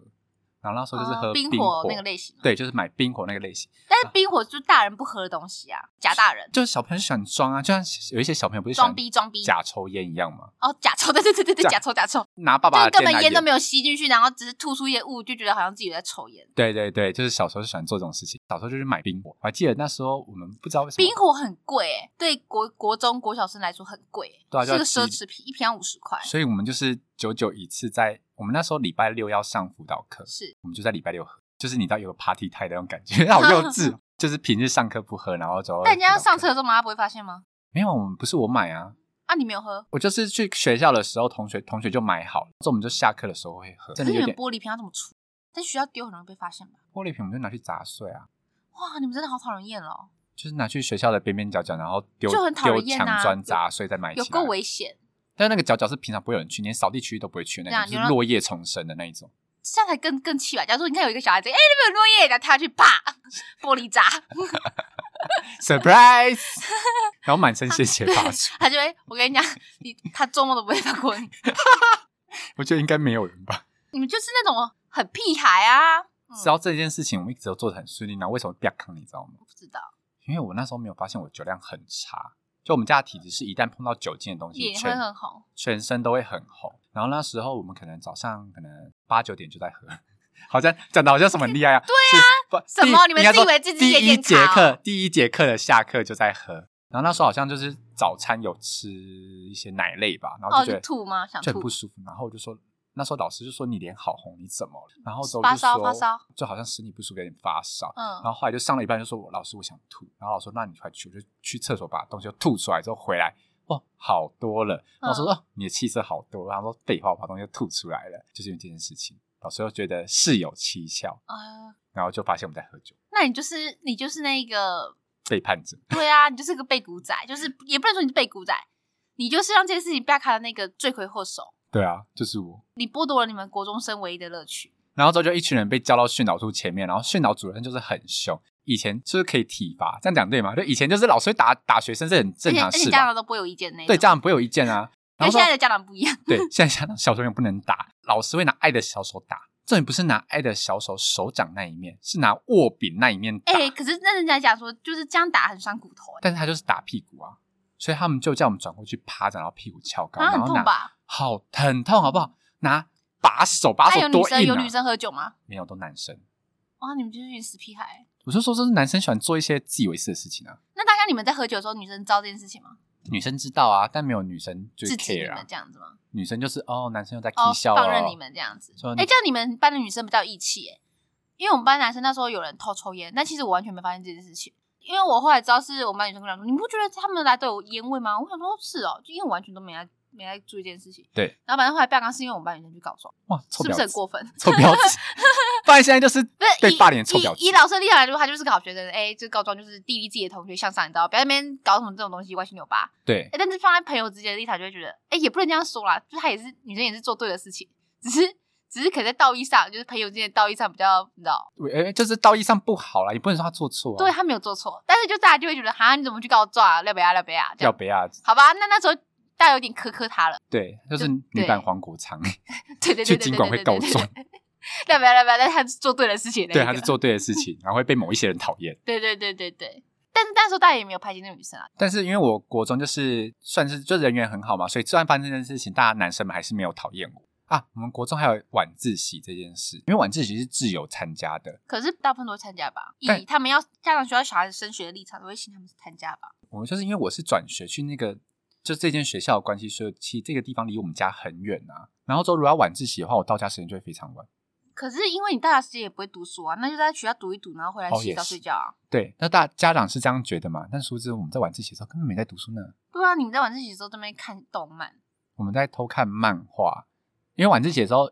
S2: 然后那时候就是喝
S1: 哦冰
S2: 火
S1: 火那个类型。，
S2: 对，就是买冰火那个类型。
S1: 但是冰火就是大人不喝的东西啊，假大人
S2: 就是小朋友喜欢装啊，就像有一些小朋友不是喜欢
S1: 装逼装逼
S2: 假抽烟一样嘛，
S1: 哦，假臭， 对对对对对，
S2: 假
S1: 假臭假臭，
S2: 拿爸
S1: 就
S2: 爸
S1: 是
S2: 的
S1: 根
S2: 电来
S1: 本烟都
S2: 演
S1: 没有吸进去，然后只是吐出一些雾，就觉得好像自己在抽烟。
S2: 对对对，就是小时候就喜欢做这种事情。小时候就是买冰火，我还记得那时候我们不知道为什么
S1: 冰火很贵诶、对国国中国小生来说很贵、欸，
S2: 对啊
S1: 是个
S2: 就要
S1: 奢
S2: 几
S1: 侈品，一瓶要五十块。
S2: 所以我们就是久久一次在我们那时候礼拜六要上辅导课，
S1: 是，
S2: 我们就在礼拜六喝，就是你知道有个 party 态的那种感觉， 好幼稚哦。就是平日上课不喝，然后走。
S1: 但人家上车的时候，妈妈不会发现吗？
S2: 没有，我们不是我买啊，
S1: 啊，你没有喝，
S2: 我就是去学校的时候，同学同学就买好了，之后我们就下课的时候会喝。
S1: 可
S2: 真
S1: 是
S2: 的
S1: 你
S2: 有
S1: 们
S2: 点
S1: 玻璃瓶要怎么处？在学校丢很容易被发现吧？
S2: 玻璃瓶，我们就拿去砸碎啊，
S1: 哇，你们真的好讨人厌哦，
S2: 就是拿去学校的边边角角，然后丢
S1: 就很讨人
S2: 丢
S1: 厌啊
S2: 墙砖砸碎再买起
S1: 有
S2: 来。
S1: 够危险，
S2: 但是那个角角是平常不会有人去，连扫地区域都不会去的那种，
S1: 对啊
S2: 就是落叶丛生的那一种。
S1: 这样才更更气吧？假如说你看有一个小孩子，哎、那边有落叶，然后跳下去，啪，玻璃渣，
S2: Surprise！然后满身鲜血发出，
S1: 他就会，我跟你讲，你他做梦都不会放过你，
S2: 我觉得应该没有人吧。
S1: 你们就是那种很屁孩啊，嗯
S2: 只要这件事情我们一直都做的很顺利，然后为什么不要扛你知道吗
S1: 我？不知道，
S2: 因为我那时候没有发现我酒量很差，就我们家的体质是一旦碰到酒精的东西，
S1: 脸会
S2: 全
S1: 很红，
S2: 全身都会很红。然后那时候我们可能早上可能八九点就在喝， 好像讲的好像什么很 厉害啊？对啊，
S1: 什
S2: 第
S1: 么你们
S2: 应该
S1: 自以
S2: 说
S1: 为自己
S2: 第
S1: 也
S2: 一
S1: 健
S2: 节
S1: 康
S2: 课第一节课的下课就在喝，然后那时候好像就是早餐有吃一些奶类吧，然后
S1: 哦，
S2: 就觉
S1: 就
S2: 得
S1: 吐吗？想
S2: 就很
S1: 吐
S2: 不，舒服，然后我就说。那时候老师就说你脸好红，你怎么了？然后之后
S1: 发
S2: 就
S1: 烧
S2: 说
S1: 发烧
S2: 就好像身体不舒服，有点发烧。然
S1: 嗯，
S2: 后后来就上了一半，就说我老师我想吐，然后老师说那你快去，我就去厕所把东西都吐出来之后回来，哦，好多了。然
S1: 嗯
S2: 后说、哦，你的气色好多，然后说废话，我把东西都吐出来了，就是因为这件事情，老师又觉得事有蹊跷，
S1: 呃，
S2: 然后就发现我们在喝酒，
S1: 那你就是你就是那个，
S2: 背叛者。
S1: 对啊，你就是个被古仔，就是也不能说你是被古仔，你就是让这件事情被卡的那个罪魁祸首，
S2: 对啊，就是我。
S1: 你剥夺了你们国中生唯一的乐趣。
S2: 然后之后就一群人被叫到训导处前面，然后训导主任就是很凶。以前就是可以体罚，这样讲对吗？就以前就是老师会打打学生是很
S1: 而
S2: 正
S1: 且
S2: 常
S1: 而
S2: 的
S1: 且
S2: 事
S1: 家
S2: 吧？
S1: 长都不会有意见那种
S2: 对，家长不会有意见 啊。
S1: 因为
S2: 然
S1: 现
S2: 后说
S1: 在的家长不一样，
S2: 对，现在想到小朋友不能打，老师会拿爱的小手打。重点不是拿爱的小手手掌那一面，是拿握柄那一面打。
S1: 哎、可是那人家讲说，就是这样打很伤骨头、欸，
S2: 但是他就是打屁股啊，所以他们就叫我们转过去趴着，然后屁股翘高，
S1: 啊，
S2: 然
S1: 很
S2: 后
S1: 痛
S2: 拿
S1: 吧？
S2: 好很痛，好不好？拿把手，把
S1: 那
S2: 手
S1: 有哎女
S2: 多
S1: 生
S2: 硬
S1: 有
S2: 啊
S1: 女！生喝酒吗？
S2: 没有，都男生。
S1: 哇，你们就是一群死屁孩。
S2: 我就说这是男生喜欢做一些自以为是的事情啊，
S1: 那大家你们在喝酒的时候，女生知道这件事情吗？
S2: 女生知道啊，但没有女生就
S1: 制
S2: 是
S1: 止你
S2: care
S1: 们
S2: 啊，
S1: 这样子吗？
S2: 女生就是哦，男生又在
S1: 哦
S2: k，笑
S1: 放任
S2: 哦
S1: 你们这样子
S2: 说。你
S1: 哎、这样你们班的女生比较有义气哎、因为我们班男生那时候有人偷抽烟，但其实我完全没发现这件事情。因为我后来知道是我们班女生跟我讲说，你不觉得他们来都有烟味吗？我想说，是哦，就因为我完全都没来没来注意这件事情。
S2: 对。
S1: 然后反正后来不刚是因为我们班女生去告状，
S2: 哇，臭
S1: 是
S2: 婊
S1: 不是很
S2: 子，
S1: 过分？
S2: 臭婊 子，不然现在就是
S1: 不是
S2: 对
S1: 以
S2: 霸凌的臭婊子
S1: 以以老师的立场来说，他就是个好学生，哎、就告状就是砥砺自己的同学向上，你知道，不要在那边搞什么这种东西歪七扭八。
S2: 对
S1: 哎、但是放在朋友之间的立场，就会觉得，哎、也不能这样说啦，就是他也是女生，也是做对的事情，只是只是可能在道义上，就是朋友之间的道义上比较，你知道，
S2: 哎、就是道义上不好啦，也不能说他做错、啊。
S1: 对，他没有做错，但是就大家就会觉得，哈，你怎么去告状啊，廖北亚，廖北亚，这
S2: 叫
S1: 样，
S2: 北亚，
S1: 好吧，那那时候大家有点苛刻他了，
S2: 对，就是女版黄国昌，
S1: 对对对
S2: 去
S1: 对
S2: 经
S1: 对
S2: 管
S1: 对
S2: 会
S1: 对
S2: 告
S1: 对
S2: 状
S1: 对， 对，廖北亚，啊廖北亚，但是他是做对的事情的，
S2: 对，他是，做对 的事情，然后会被某一些人讨厌。
S1: 对对对对对，但是那时候大家也没有排挤那个女生啊，
S2: 但是因为我国中就是算是就人缘很好嘛，所以就算发生这件事情，大家男生们还是没有讨厌我啊。我们国中还有晚自习这件事，因为晚自习是自由参加的，
S1: 可是大部分都会参加吧，
S2: 但
S1: 以他们要家长需要小孩子升学的立场，都会请他们参加吧，
S2: 我们就是因为我是转学去那个就这间学校的关系，所以其实这个地方离我们家很远啊。然后之后如果要晚自习的话，我到家时间就会非常晚。
S1: 可是因为你大学时间也不会读书啊，那就在学校读一读，然后回来
S2: 哦
S1: 洗
S2: 也
S1: 澡
S2: 是
S1: 睡觉啊。
S2: 对，那大家长是这样觉得嘛？但殊不知我们在晚自习的时候根本没在读书呢。
S1: 对啊，你们在晚自习的时候在那边看动漫，
S2: 我们在偷看漫画，因为晚自习的时候，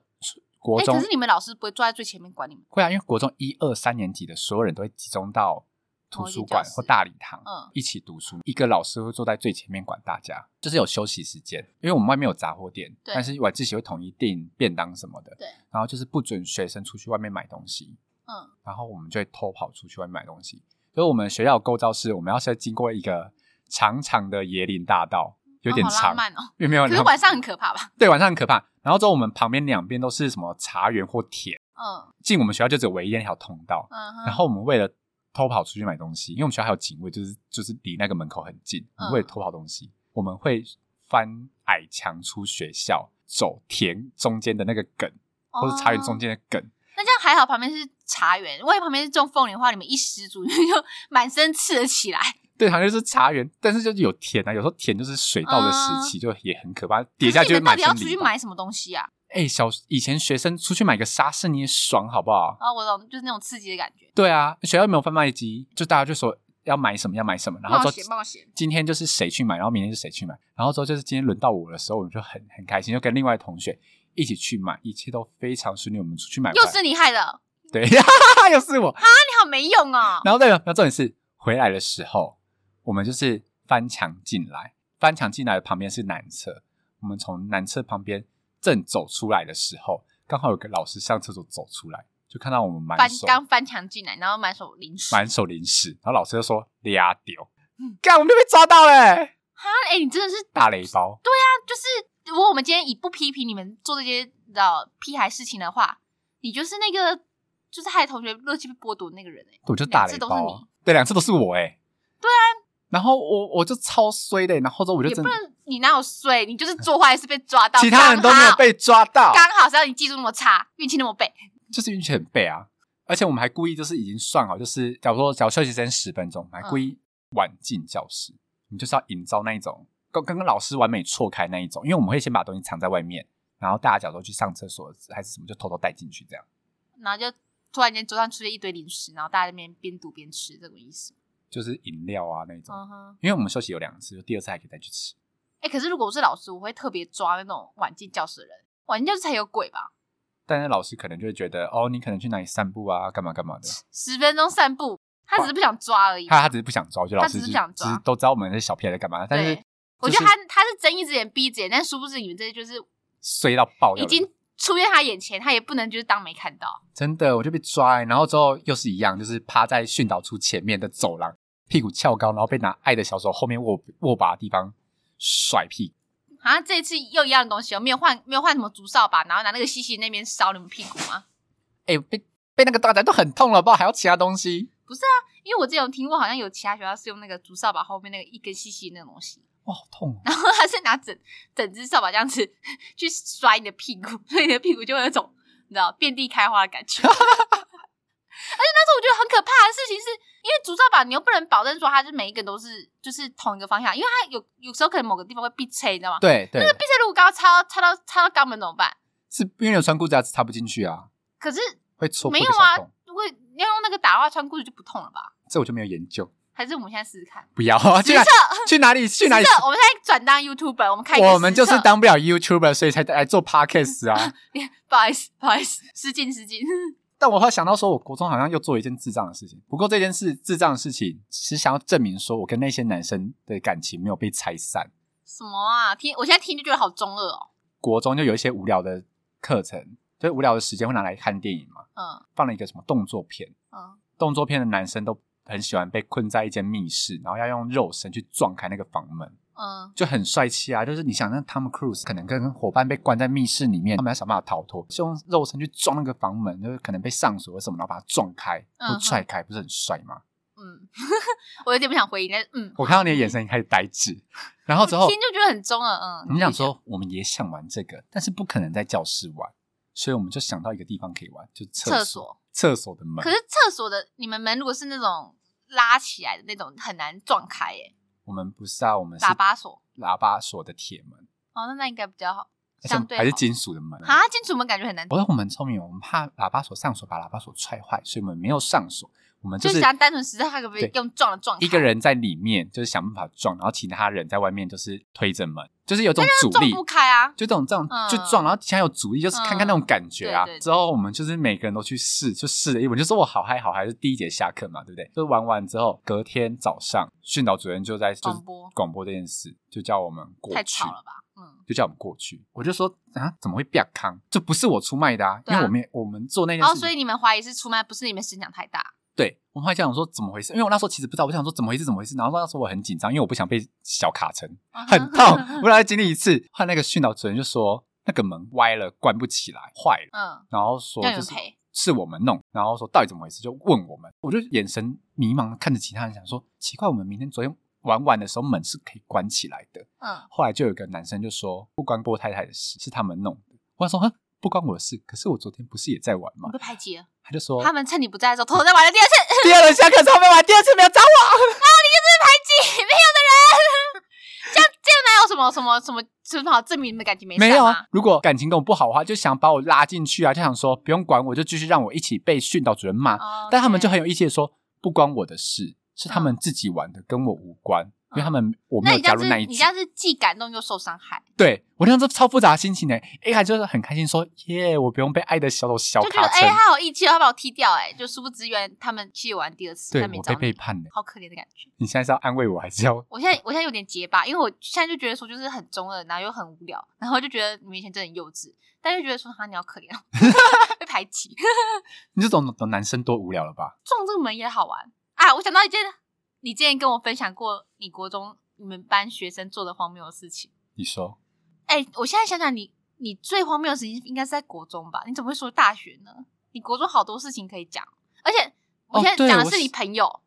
S2: 国
S1: 哎、
S2: 中
S1: 可是你们老师不会坐在最前面管你们？
S2: 会啊，因为国中一二三年级的所有人都会集中到图
S1: 某一间
S2: 书馆
S1: 教室
S2: 或大礼堂
S1: 嗯
S2: 一起读书，一个老师会坐在最前面管大家，就是有休息时间，因为我们外面有杂货店，
S1: 对
S2: 但是晚自习会统一订便当什么的，
S1: 对，
S2: 然后就是不准学生出去外面买东西，
S1: 嗯，
S2: 然后我们就会偷跑出去外面买东西。所以我们学校的构造是，我们要先经过一个长长的椰林大道，有点
S1: 哦好
S2: 长，
S1: 浪漫 哦。
S2: 因为没有
S1: 可
S2: 人
S1: 是晚上很可怕吧？
S2: 对晚上很可怕。然后之后我们旁边两边都是什么茶园或田，
S1: 嗯
S2: 进我们学校就只有唯一那条通道。
S1: 嗯哼，
S2: 然后我们为了偷跑出去买东西，因为我们学校还有警卫，就是就是离那个门口很近，我
S1: 嗯
S2: 们为了偷跑东西，我们会翻矮墙出学校，走田中间的那个梗，或是茶园中
S1: 哦。
S2: 间的梗。
S1: 那这样还好，旁边是茶园，万一旁边是种凤梨的话，你们一失足 就满身刺了起来。
S2: 对，好像就是茶园，但是就是有田啊，有时候田就是水稻的时期，就也很可怕，跌
S1: 嗯
S2: 下
S1: 可是
S2: 去
S1: 你
S2: 会
S1: 们到
S2: 满
S1: 底要
S2: 身
S1: 出
S2: 泥
S1: 去
S2: 巴。
S1: 买什么东西啊？
S2: 哎、小以前学生出去买个沙士你也爽好不好？
S1: 啊，我懂，就是那种刺激的感觉。
S2: 对啊，学校又没有贩卖机，就大家就说要买什么要买什么，然后
S1: 冒
S2: 说
S1: 险冒险，
S2: 今天就是谁去买，然后明天是谁去买，然后之后就是今天轮到我的时候，我们就很很开心，就跟另外的同学一起去买，一切都非常顺利。我们出去买回
S1: 又
S2: 来，
S1: 是你害的，那
S2: 对， 又是我，
S1: 你好没用哦。
S2: 然后对了，那重点是回来的时候，我们就是翻墙进来，翻墙进来的旁边是男厕，我们从男厕旁边正走出来的时候，刚好有个老师上厕所走出来，就看到我们满
S1: 翻
S2: 手
S1: 刚翻墙进来，然后满手零食。
S2: 满手零食，然后老师就说俩丢
S1: 嗯，
S2: 干、我们就被抓到嘞、
S1: 哈，哎、你真的是
S2: 大雷包，
S1: 就是，如果我们今天以不批评你们做这些你知道屁孩事情的话，你就是那个就是害同学乐趣被剥夺的那个人哎、
S2: 我就大
S1: 两
S2: 雷
S1: 次都是
S2: 包
S1: 你，
S2: 对，两次都是我哎、对啊，然后我我就超衰的、欸然后之后我就
S1: 也
S2: 真
S1: 不
S2: 的，
S1: 能你哪有睡，你就是做坏事被抓到，
S2: 其他人都没有被抓到，
S1: 刚好，刚好是让你技术那么差，运气那么背，
S2: 就是运气很背啊。而且我们还故意就是已经算好，就是假如说假如休息时间十分
S1: 嗯
S2: 钟，我们还故意晚进教室，我们就是要营造那一种跟跟跟老师完美错开那一种，因为我们会先把东西藏在外面，然后大家假如说去上厕所还是什么，就偷偷带进去这样。
S1: 然后就突然间桌上出现一堆零食，然后大家在那边边读边吃，这种意思。
S2: 就是饮料啊那一种，
S1: 嗯哼，
S2: 因为我们休息有两次，就第二次还可以再去吃。
S1: 哎、可是如果我是老师，我会特别抓那种晚进教室的人，晚进教室才有鬼吧？
S2: 但是老师可能就会觉得，哦，你可能去哪里散步啊，干嘛干嘛的。
S1: 十分钟散步，他只是不想抓而已。
S2: 他他只是不想抓，就老
S1: 他只
S2: 师
S1: 是
S2: 就
S1: 不想抓
S2: 只是都知道我们是小屁孩在干嘛，但是
S1: 对，我觉得他他是睁一只眼闭一只眼，但殊不知你们这些就是
S2: 衰到爆掉
S1: 已
S2: 了，
S1: 经出现他眼前，他也不能就是当没看到。
S2: 真的，我就被抓、欸，然后之后又是一样，就是趴在训导处前面的走廊，屁股翘高，然后被拿爱的小手后面握握把的地方甩屁股。
S1: 好像啊这一次又一样的东西哦，没有换没有换什么竹扫把，然后拿那个细细那边烧你们屁股吗？
S2: 哎、被被那个大仔都很痛了，不知道还要其他东西。
S1: 因为我之前有听过，好像有其他学校是用那个竹扫把后面那个一根细细的那种东西，
S2: 哇，好痛、哦！
S1: 然后他是拿整整只扫把这样子 去摔你的屁股，所以你的屁股就会有一种你知道遍地开花的感觉。而 且那时候我觉得很可怕的事情是，因为竹扫把你又不能保证说它是每一个都是就是同一个方向，因为它有有时候可能某个地方会必吹，你知道吗？
S2: 对对，
S1: 必吹如果刚好插到插到插到肛门怎么办？
S2: 是因为有穿裤子啊插不进去啊，
S1: 可是
S2: 会戳破
S1: 没
S2: 一
S1: 有
S2: 个小
S1: 啊
S2: 洞。，
S1: 如果要用那个打的话，穿裤子就不痛了吧？
S2: 这我就没有研究，
S1: 还是我们现在试试看？
S2: 不要啊！去哪 去哪里去哪里
S1: 实？测我们现在转当 YouTuber，我们看一个
S2: 我们
S1: 实
S2: 就
S1: 测
S2: 是当不了 YouTuber，所以才来做 Podcast 啊。
S1: 不好意思，不好意思，失敬失敬。
S2: 但我后来想到说，我国中好像又做一件智障的事情。不过这件事智障的事情，是想要证明说我跟那些男生的感情没有被拆散。
S1: 什么啊？听我现在听就觉得好中二哦。
S2: 国中就有一些无聊的课程，就是无聊的时间会拿来看电影嘛，
S1: 嗯
S2: 放了一个什么动作片，
S1: 嗯，
S2: 动作片的男生都很喜欢被困在一间密室，然后要用肉身去撞开那个房门。
S1: 嗯，
S2: 就很帅气啊！就是你想，那 Tom Cruise 可能跟伙伴被关在密室里面，他们要想办法逃脱，就用肉身去撞那个房门，就是可能被上锁或什么，然后把它撞开
S1: 嗯
S2: 或踹开，不是很帅吗？
S1: 嗯， 我有点不想回应，但是嗯，
S2: 我看到你的眼神已经开始呆 滞，然后之后
S1: 听就觉得很中二。嗯，
S2: 我们想说，我们也想玩这个，但是不可能在教室玩，所以我们就想到一个地方可以玩，就
S1: 厕
S2: 厕所
S1: 所，
S2: 厕所的门
S1: 可。是厕所的你们门如果是那种拉起来的那种，很难撞开耶，
S2: 我们不是啊，我们是
S1: 喇叭锁。
S2: 喇叭锁的铁门。
S1: 哦，那那应该比较好。
S2: 而且
S1: 相
S2: 我们
S1: 对
S2: 还是哦
S1: 好
S2: 金属的门。
S1: 啊，金主门感觉很难，
S2: 我说我们聪明，我们怕喇叭锁上锁把喇叭锁踹坏，所以我们没有上锁，我们
S1: 就是想单纯实在他可不可以
S2: 对
S1: 用撞了撞
S2: 一个人在里面就是想办法撞，然后其他人在外面就是推着门，就是有种阻
S1: 撞
S2: 力，
S1: 不开啊，
S2: 就这种这种
S1: 嗯
S2: 就撞，然后其他有阻力，就是看看那种感觉啊。
S1: 嗯对对对
S2: 之后我们就是每个人都去试，就试了一轮，就说我好嗨好嗨，是第一节下课嘛，对不对？就玩完之后，隔天早上训导主任就在就是
S1: 广播
S2: 广播这件事，就叫我们过
S1: 太
S2: 去
S1: 吵。了吧？嗯，
S2: 就叫我们过去，我就说啊，怎么会变康？这不是我出卖的啊，
S1: 对啊
S2: 因为我们也我们做那件
S1: 然
S2: 事
S1: 后哦
S2: 情，
S1: 所以你们怀疑是出卖，不是你们声响太大，
S2: 对，我们还想说怎么回事，因为我那时候其实不知道，我想说怎么回事，怎么回事。然后那时候我很紧张，因为我不想被小卡成，很痛，我来经历一次。后来那个训导主任就说那个门歪了，关不起来，坏了，
S1: 嗯，
S2: 然后说
S1: 要有
S2: 就
S1: 人
S2: 是
S1: 赔，
S2: 是我们弄，然后说到底怎么回事，就问我们。我就眼神迷茫地看着其他人，想说奇怪，我们明天昨天玩完的时候门是可以关起来的。
S1: 嗯，
S2: 后来就有一个男生就说不关郭太太的事，是他们弄的。我想说哼不关我的事，可是我昨天不是也在玩吗
S1: 你？被排挤了，
S2: 他就说
S1: 他们趁你不在的时候偷偷在玩了第二次，
S2: 第二轮下课之后没玩，第二次没有找我。
S1: 排挤没有的人， 这样这样哪有什么什么什么什么好证明你们感情没
S2: 没
S1: 上
S2: 有
S1: 啊
S2: 啊，？如果感情跟我不好的话，就想把我拉进去啊，就想说不用管我，就继续让我一起被训导主任骂。
S1: 哦
S2: 但他们就
S1: OK 嗯
S2: 很有意见说，不关我的事，是他们自己玩的，跟我无关，因为他们我没
S1: 那
S2: 有
S1: 你这
S2: 加
S1: 样
S2: 入
S1: 是
S2: 那一
S1: 你
S2: 局
S1: 这。样是既感动又受伤害，
S2: 对我那样子超复杂的心情呢，一开始就是很开心说耶，我不用被爱的小手小
S1: 就觉得
S2: 卡
S1: 哎、
S2: 成，
S1: 他有义气，他把我踢掉、哎，就殊不知原来他们去玩第二次，
S2: 对
S1: 他没
S2: 我
S1: 找
S2: 被
S1: 你
S2: 背叛了。
S1: 好可怜的感觉。
S2: 你现在是要安慰我，还是要
S1: 我现在我现在有点结巴，因为我现在就觉得说就是很中二，然后又很无聊，然后就觉得你们以前真的很幼稚，但就觉得说哈你好可怜哦， 被排挤，
S2: 你这种懂男生多无聊了吧？
S1: 撞这个门也好玩啊！我想到一件，你之前跟我分享过你国中你们班学生做的荒谬的事情。
S2: 你说
S1: 哎、我现在想想你，你最荒谬的事情应该是在国中吧？你怎么会说大学呢？你国中好多事情可以讲，而且我
S2: 哦
S1: 现在
S2: 对
S1: 讲的
S2: 我
S1: 是你
S2: 是
S1: 朋友，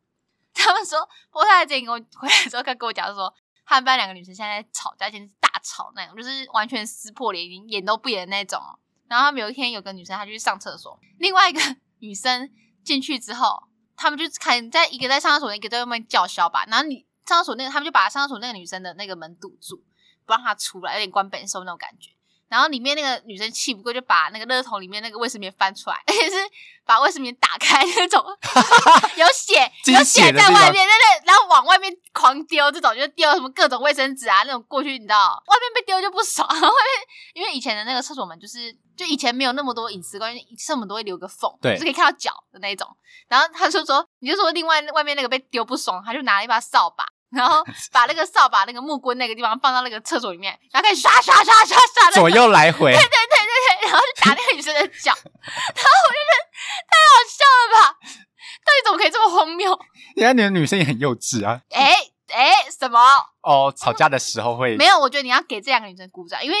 S1: 他们说波太太之前跟我回来的时候，他跟我讲说，他们班两个女生现在在吵架，简直是大吵那种，就是完全撕破脸，已经演都不演的那种哦。然后他们有一天有个女生，她就去上厕所，另外一个 女生进去之后，他们就看在一个在上厕所，一个在外面叫嚣吧。然后你上厕所那个，他们就把上厕所那个女生的那个门堵住，不让她出来，有点关本收那种感觉。然后里面那个女生气不过，就把那个垃圾桶里面那个卫生棉翻出来，而且是把卫生棉打开那种，有血，
S2: 这
S1: 有
S2: 是血的
S1: 在
S2: 地方
S1: 外面，对对，然后往外面狂丢，这种就丢什么各种卫生纸啊那种过去，你知道，外面被丢就不爽，然后外面因为以前的那个厕所门就是，就以前没有那么多隐私关系，厕所门都会留个缝，
S2: 对
S1: 就是可以看到脚的那一种。然后他就说，你就说另外外面那个被丢不爽，他就拿了一把扫把，然后把那个扫把那个木棍那个地方放到那个厕所里面，然后开始刷刷刷刷刷那个
S2: 左右来回，
S1: 对，然后就打那个女生的脚， 然后我就觉得太好笑了吧？到底怎么可以这么荒谬？
S2: 人家你们女生也很幼稚啊。
S1: 哎哎，什么？
S2: 哦，吵架的时候会
S1: 没有，我觉得你要给这两个女生鼓掌，因为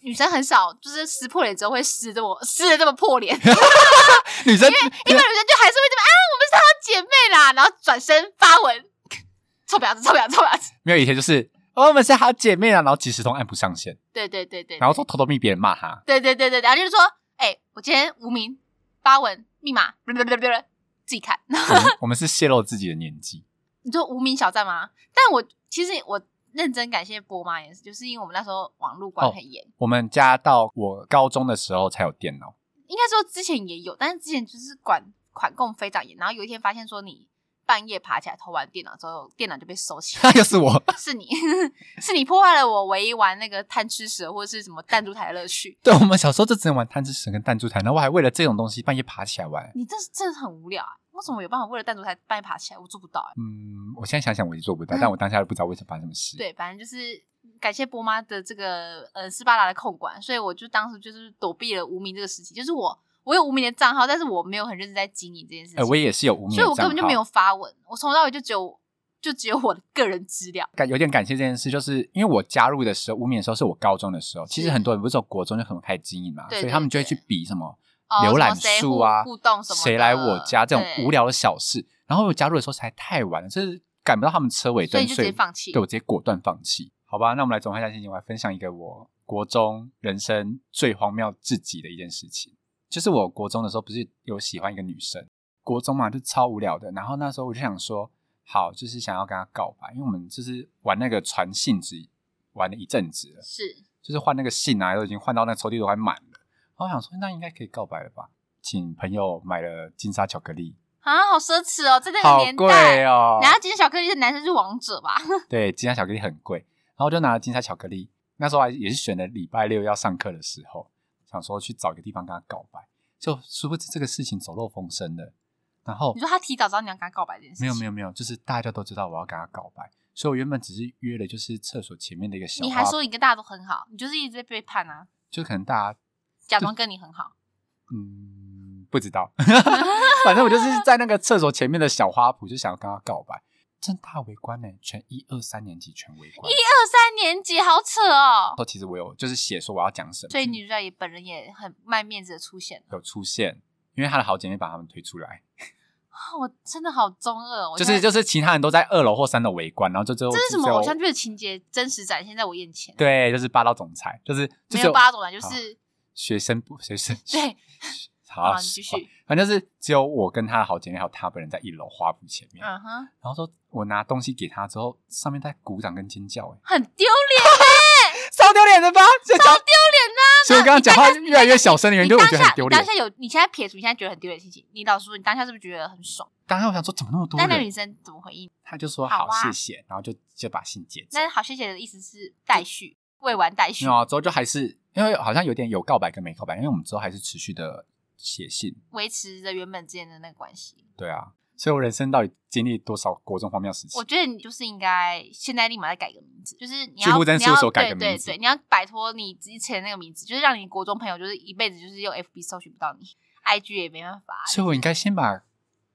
S1: 女生很少就是撕破脸之后会撕的我撕的这么破 脸，一般女
S2: 女
S1: 生
S2: 生
S1: 就还是会这么啊，我们是好姐妹啦，然后转身发文，臭婊子，臭婊子，臭婊子。
S2: 没有以前就是、哦、我们是好姐妹啊，然后即时通按不上线，
S1: 对对对对，
S2: 然后都偷偷密别人 骂他。
S1: 对对对对，然后就是说，哎、我今天无名发文密码，自己看。
S2: 我们我们是泄露自己的年纪，
S1: 你说无名小站吗？但我其实我认真感谢波妈也是，就是因为我们那时候网络
S2: 哦
S1: 管很严，
S2: 我们家到我高中的时候才有电脑，
S1: 应该说之前也有，但是之前就是管管控非常严。然后有一天发现说你半夜爬起来偷玩电脑之后，电脑就被收起来
S2: 那，又是我。
S1: 是你 是你破坏了我唯一玩那个贪吃蛇或者是什么弹珠台的乐趣。
S2: 对，我们小时候就只能玩贪吃蛇跟弹珠台，然后我还为了这种东西半夜爬起来玩。
S1: 你这真的很无聊啊！为什么有办法为了弹珠台半夜爬起来？我做不到哎、
S2: 嗯，我现在想想我也做不到，但我当下又不知道为什么发生什么事。
S1: 嗯对，反正就是感谢波妈的这个呃斯巴达的控管，所以我就当时就是躲避了无名这个事情。就是我我有无名的账号，但是我没有很认真在经营这件事情，
S2: 呃，我也是有无名
S1: 所以
S2: 的
S1: 我根
S2: 账
S1: 本就
S2: 号
S1: 没有发文，我从头到尾就只有就只有我的个人资料。
S2: 感有点感谢这件事，就是因为我加入的时候，无名的时候是我高中的时候，其实
S1: 是
S2: 很多人不是有国中就很开始经营嘛，
S1: 对
S2: 所以
S1: 对
S2: 他们就会
S1: 对
S2: 去比什么
S1: 哦
S2: 浏览
S1: 什么谁
S2: 数
S1: 互
S2: 啊、
S1: 互动什么的
S2: 谁来我家这种
S1: 对
S2: 无聊的小事。然后我加入的时候才太晚了，就是赶不到他们车尾
S1: 所
S2: 灯，
S1: 以就直接放弃
S2: 对我直接果断放弃。好吧，那我们来总结一下心情，我来分享一个我国中人生最荒谬至极的一件事情，就是我国中的时候不是有喜欢一个女生，国中嘛就超无聊的，然后那时候我就想说，好，就是想要跟她告白，因为我们就是玩那个传信纸玩了一阵子了，
S1: 是
S2: 就是换那个信啊，都已经换到那个抽屉都快满了。然后我想说，那应该可以告白了吧？请朋友买了金沙巧克力，
S1: 啊，好奢侈哦，在那个
S2: 好
S1: 年代
S2: 贵，哦。
S1: 拿金巧克力的男生是王者吧？
S2: 对，金沙巧克力很贵，然后我就拿了金沙巧克力。那时候还也是选了礼拜六要上课的时候，想说去找一个地方跟他告白，就殊不知这个事情走漏风声了。然后
S1: 你说他提早知道你要跟他告白这件事
S2: 没
S1: 情，
S2: 有没有没有，就是大家都知道我要跟他告白，所以我原本只是约了就是厕所前面的一个小
S1: 你
S2: 花
S1: 还，说你跟大家都很好，你就是一直在背叛啊，
S2: 就可能大家
S1: 假装跟你很好。
S2: 嗯不知道， 反正我就是在那个厕所前面的小花圃就想要跟他告白，正大围观呢、全一二三年级全围观。
S1: 二三年级好扯哦
S2: 然，后其实我有就是写说我要讲什么，
S1: 所以女主角也本人也很卖面子的出现。
S2: 有出现，因为她的好姐妹把她们推出来，
S1: 啊，我真的好中二哦，我
S2: 就
S1: 现在
S2: 是就是其他人都在二楼或三楼围观，然后就最后
S1: 这是什
S2: 只
S1: 么
S2: 有
S1: 偶像剧的情节真实展现在我眼前，
S2: 对，就是霸道总裁，就是就
S1: 没
S2: 是
S1: 有八种啦，就是
S2: 学生不学生
S1: 对，
S2: 好，
S1: 好你继续，
S2: 反正就是只有我跟她的好姐妹还有她本人在一楼花圃前面，
S1: 嗯哼，
S2: 然后说我拿东西给她之后，上面在鼓掌跟尖叫、 欸，
S1: 很丢脸。
S2: 超丢脸的吧？超丢脸呐！所以我刚刚讲话越来越小声的
S1: 啊
S2: 原因，
S1: 你
S2: 就
S1: 当
S2: 是我
S1: 下
S2: 觉得很丢
S1: 你当
S2: 脸。
S1: 下有，你现在撇除你现在觉得很丢脸的心情，你老实说，你当下是不是觉得很爽？
S2: 当下我想说，怎么那么多
S1: 那那女
S2: 人？
S1: 生怎么回应？
S2: 他就说
S1: 好
S2: 好
S1: 啊
S2: 谢谢，然后就就把信接走。
S1: 那好谢谢的意思是待续，未完待续
S2: 没有，啊，之后就还是因为好像有点有告白跟没告白，因为我们之后还是持续的写信，
S1: 维持着原本之间的那个关系。
S2: 对啊，所以我人生到底经历多少国中荒谬事情
S1: 我？觉得你就是应该现在立马再改个名字，就是你
S2: 去
S1: 要
S2: 户政
S1: 你要
S2: 事务所改
S1: 对
S2: 个名字
S1: 对对，你要摆脱你之前那个名字，就是让你国中朋友就是一辈子就是用 FB 搜寻不到你，IG 也没办法。
S2: 所以我应该先把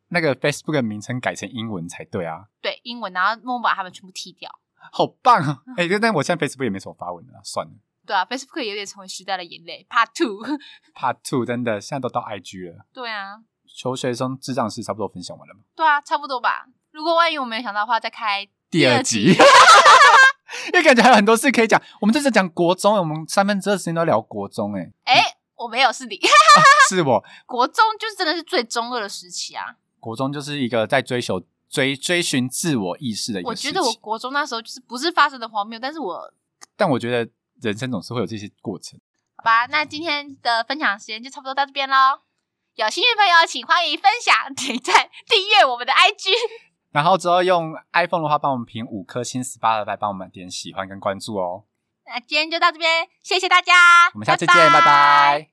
S2: 那个 Facebook 的名称改成英文才对啊，
S1: 对英文，然后默默把他们全部踢掉。
S2: 好棒啊！
S1: 嗯
S2: 哎、但但我现在 Facebook 也没什么发文了啊，算了。
S1: 对啊，Facebook 也有点成为时代的眼泪，Part Two。
S2: Part Two 真的现在都到 IG 了，
S1: 对啊，
S2: 求学生智障是差不多分享完了吗？
S1: 对啊，差不多吧。如果万一我没有想到的话，再开
S2: 第二集， 因为感觉还有很多事可以讲。我们这次讲国中，我们三分之二时间都聊国中、哎、
S1: 哎、我没有是你。
S2: 是我
S1: 国中就是真的是最中二的时期啊！
S2: 国中就是一个在追求追追寻自我意识的一
S1: 我
S2: 个事
S1: 觉
S2: 情。
S1: 得我国中那时候就是不是发生的荒谬，但是我
S2: 但我觉得人生总是会有这些过程。
S1: 好吧，那今天的分享时间就差不多到这边喽。有兴趣的朋友，请欢迎分享、点赞、订阅我们的 IG。
S2: 然后之后用 iPhone 的话，帮我们评五颗星，Spotify 帮我们点喜欢跟关注哦。
S1: 那今天就到这边，谢谢大家，
S2: 我们下次见，拜拜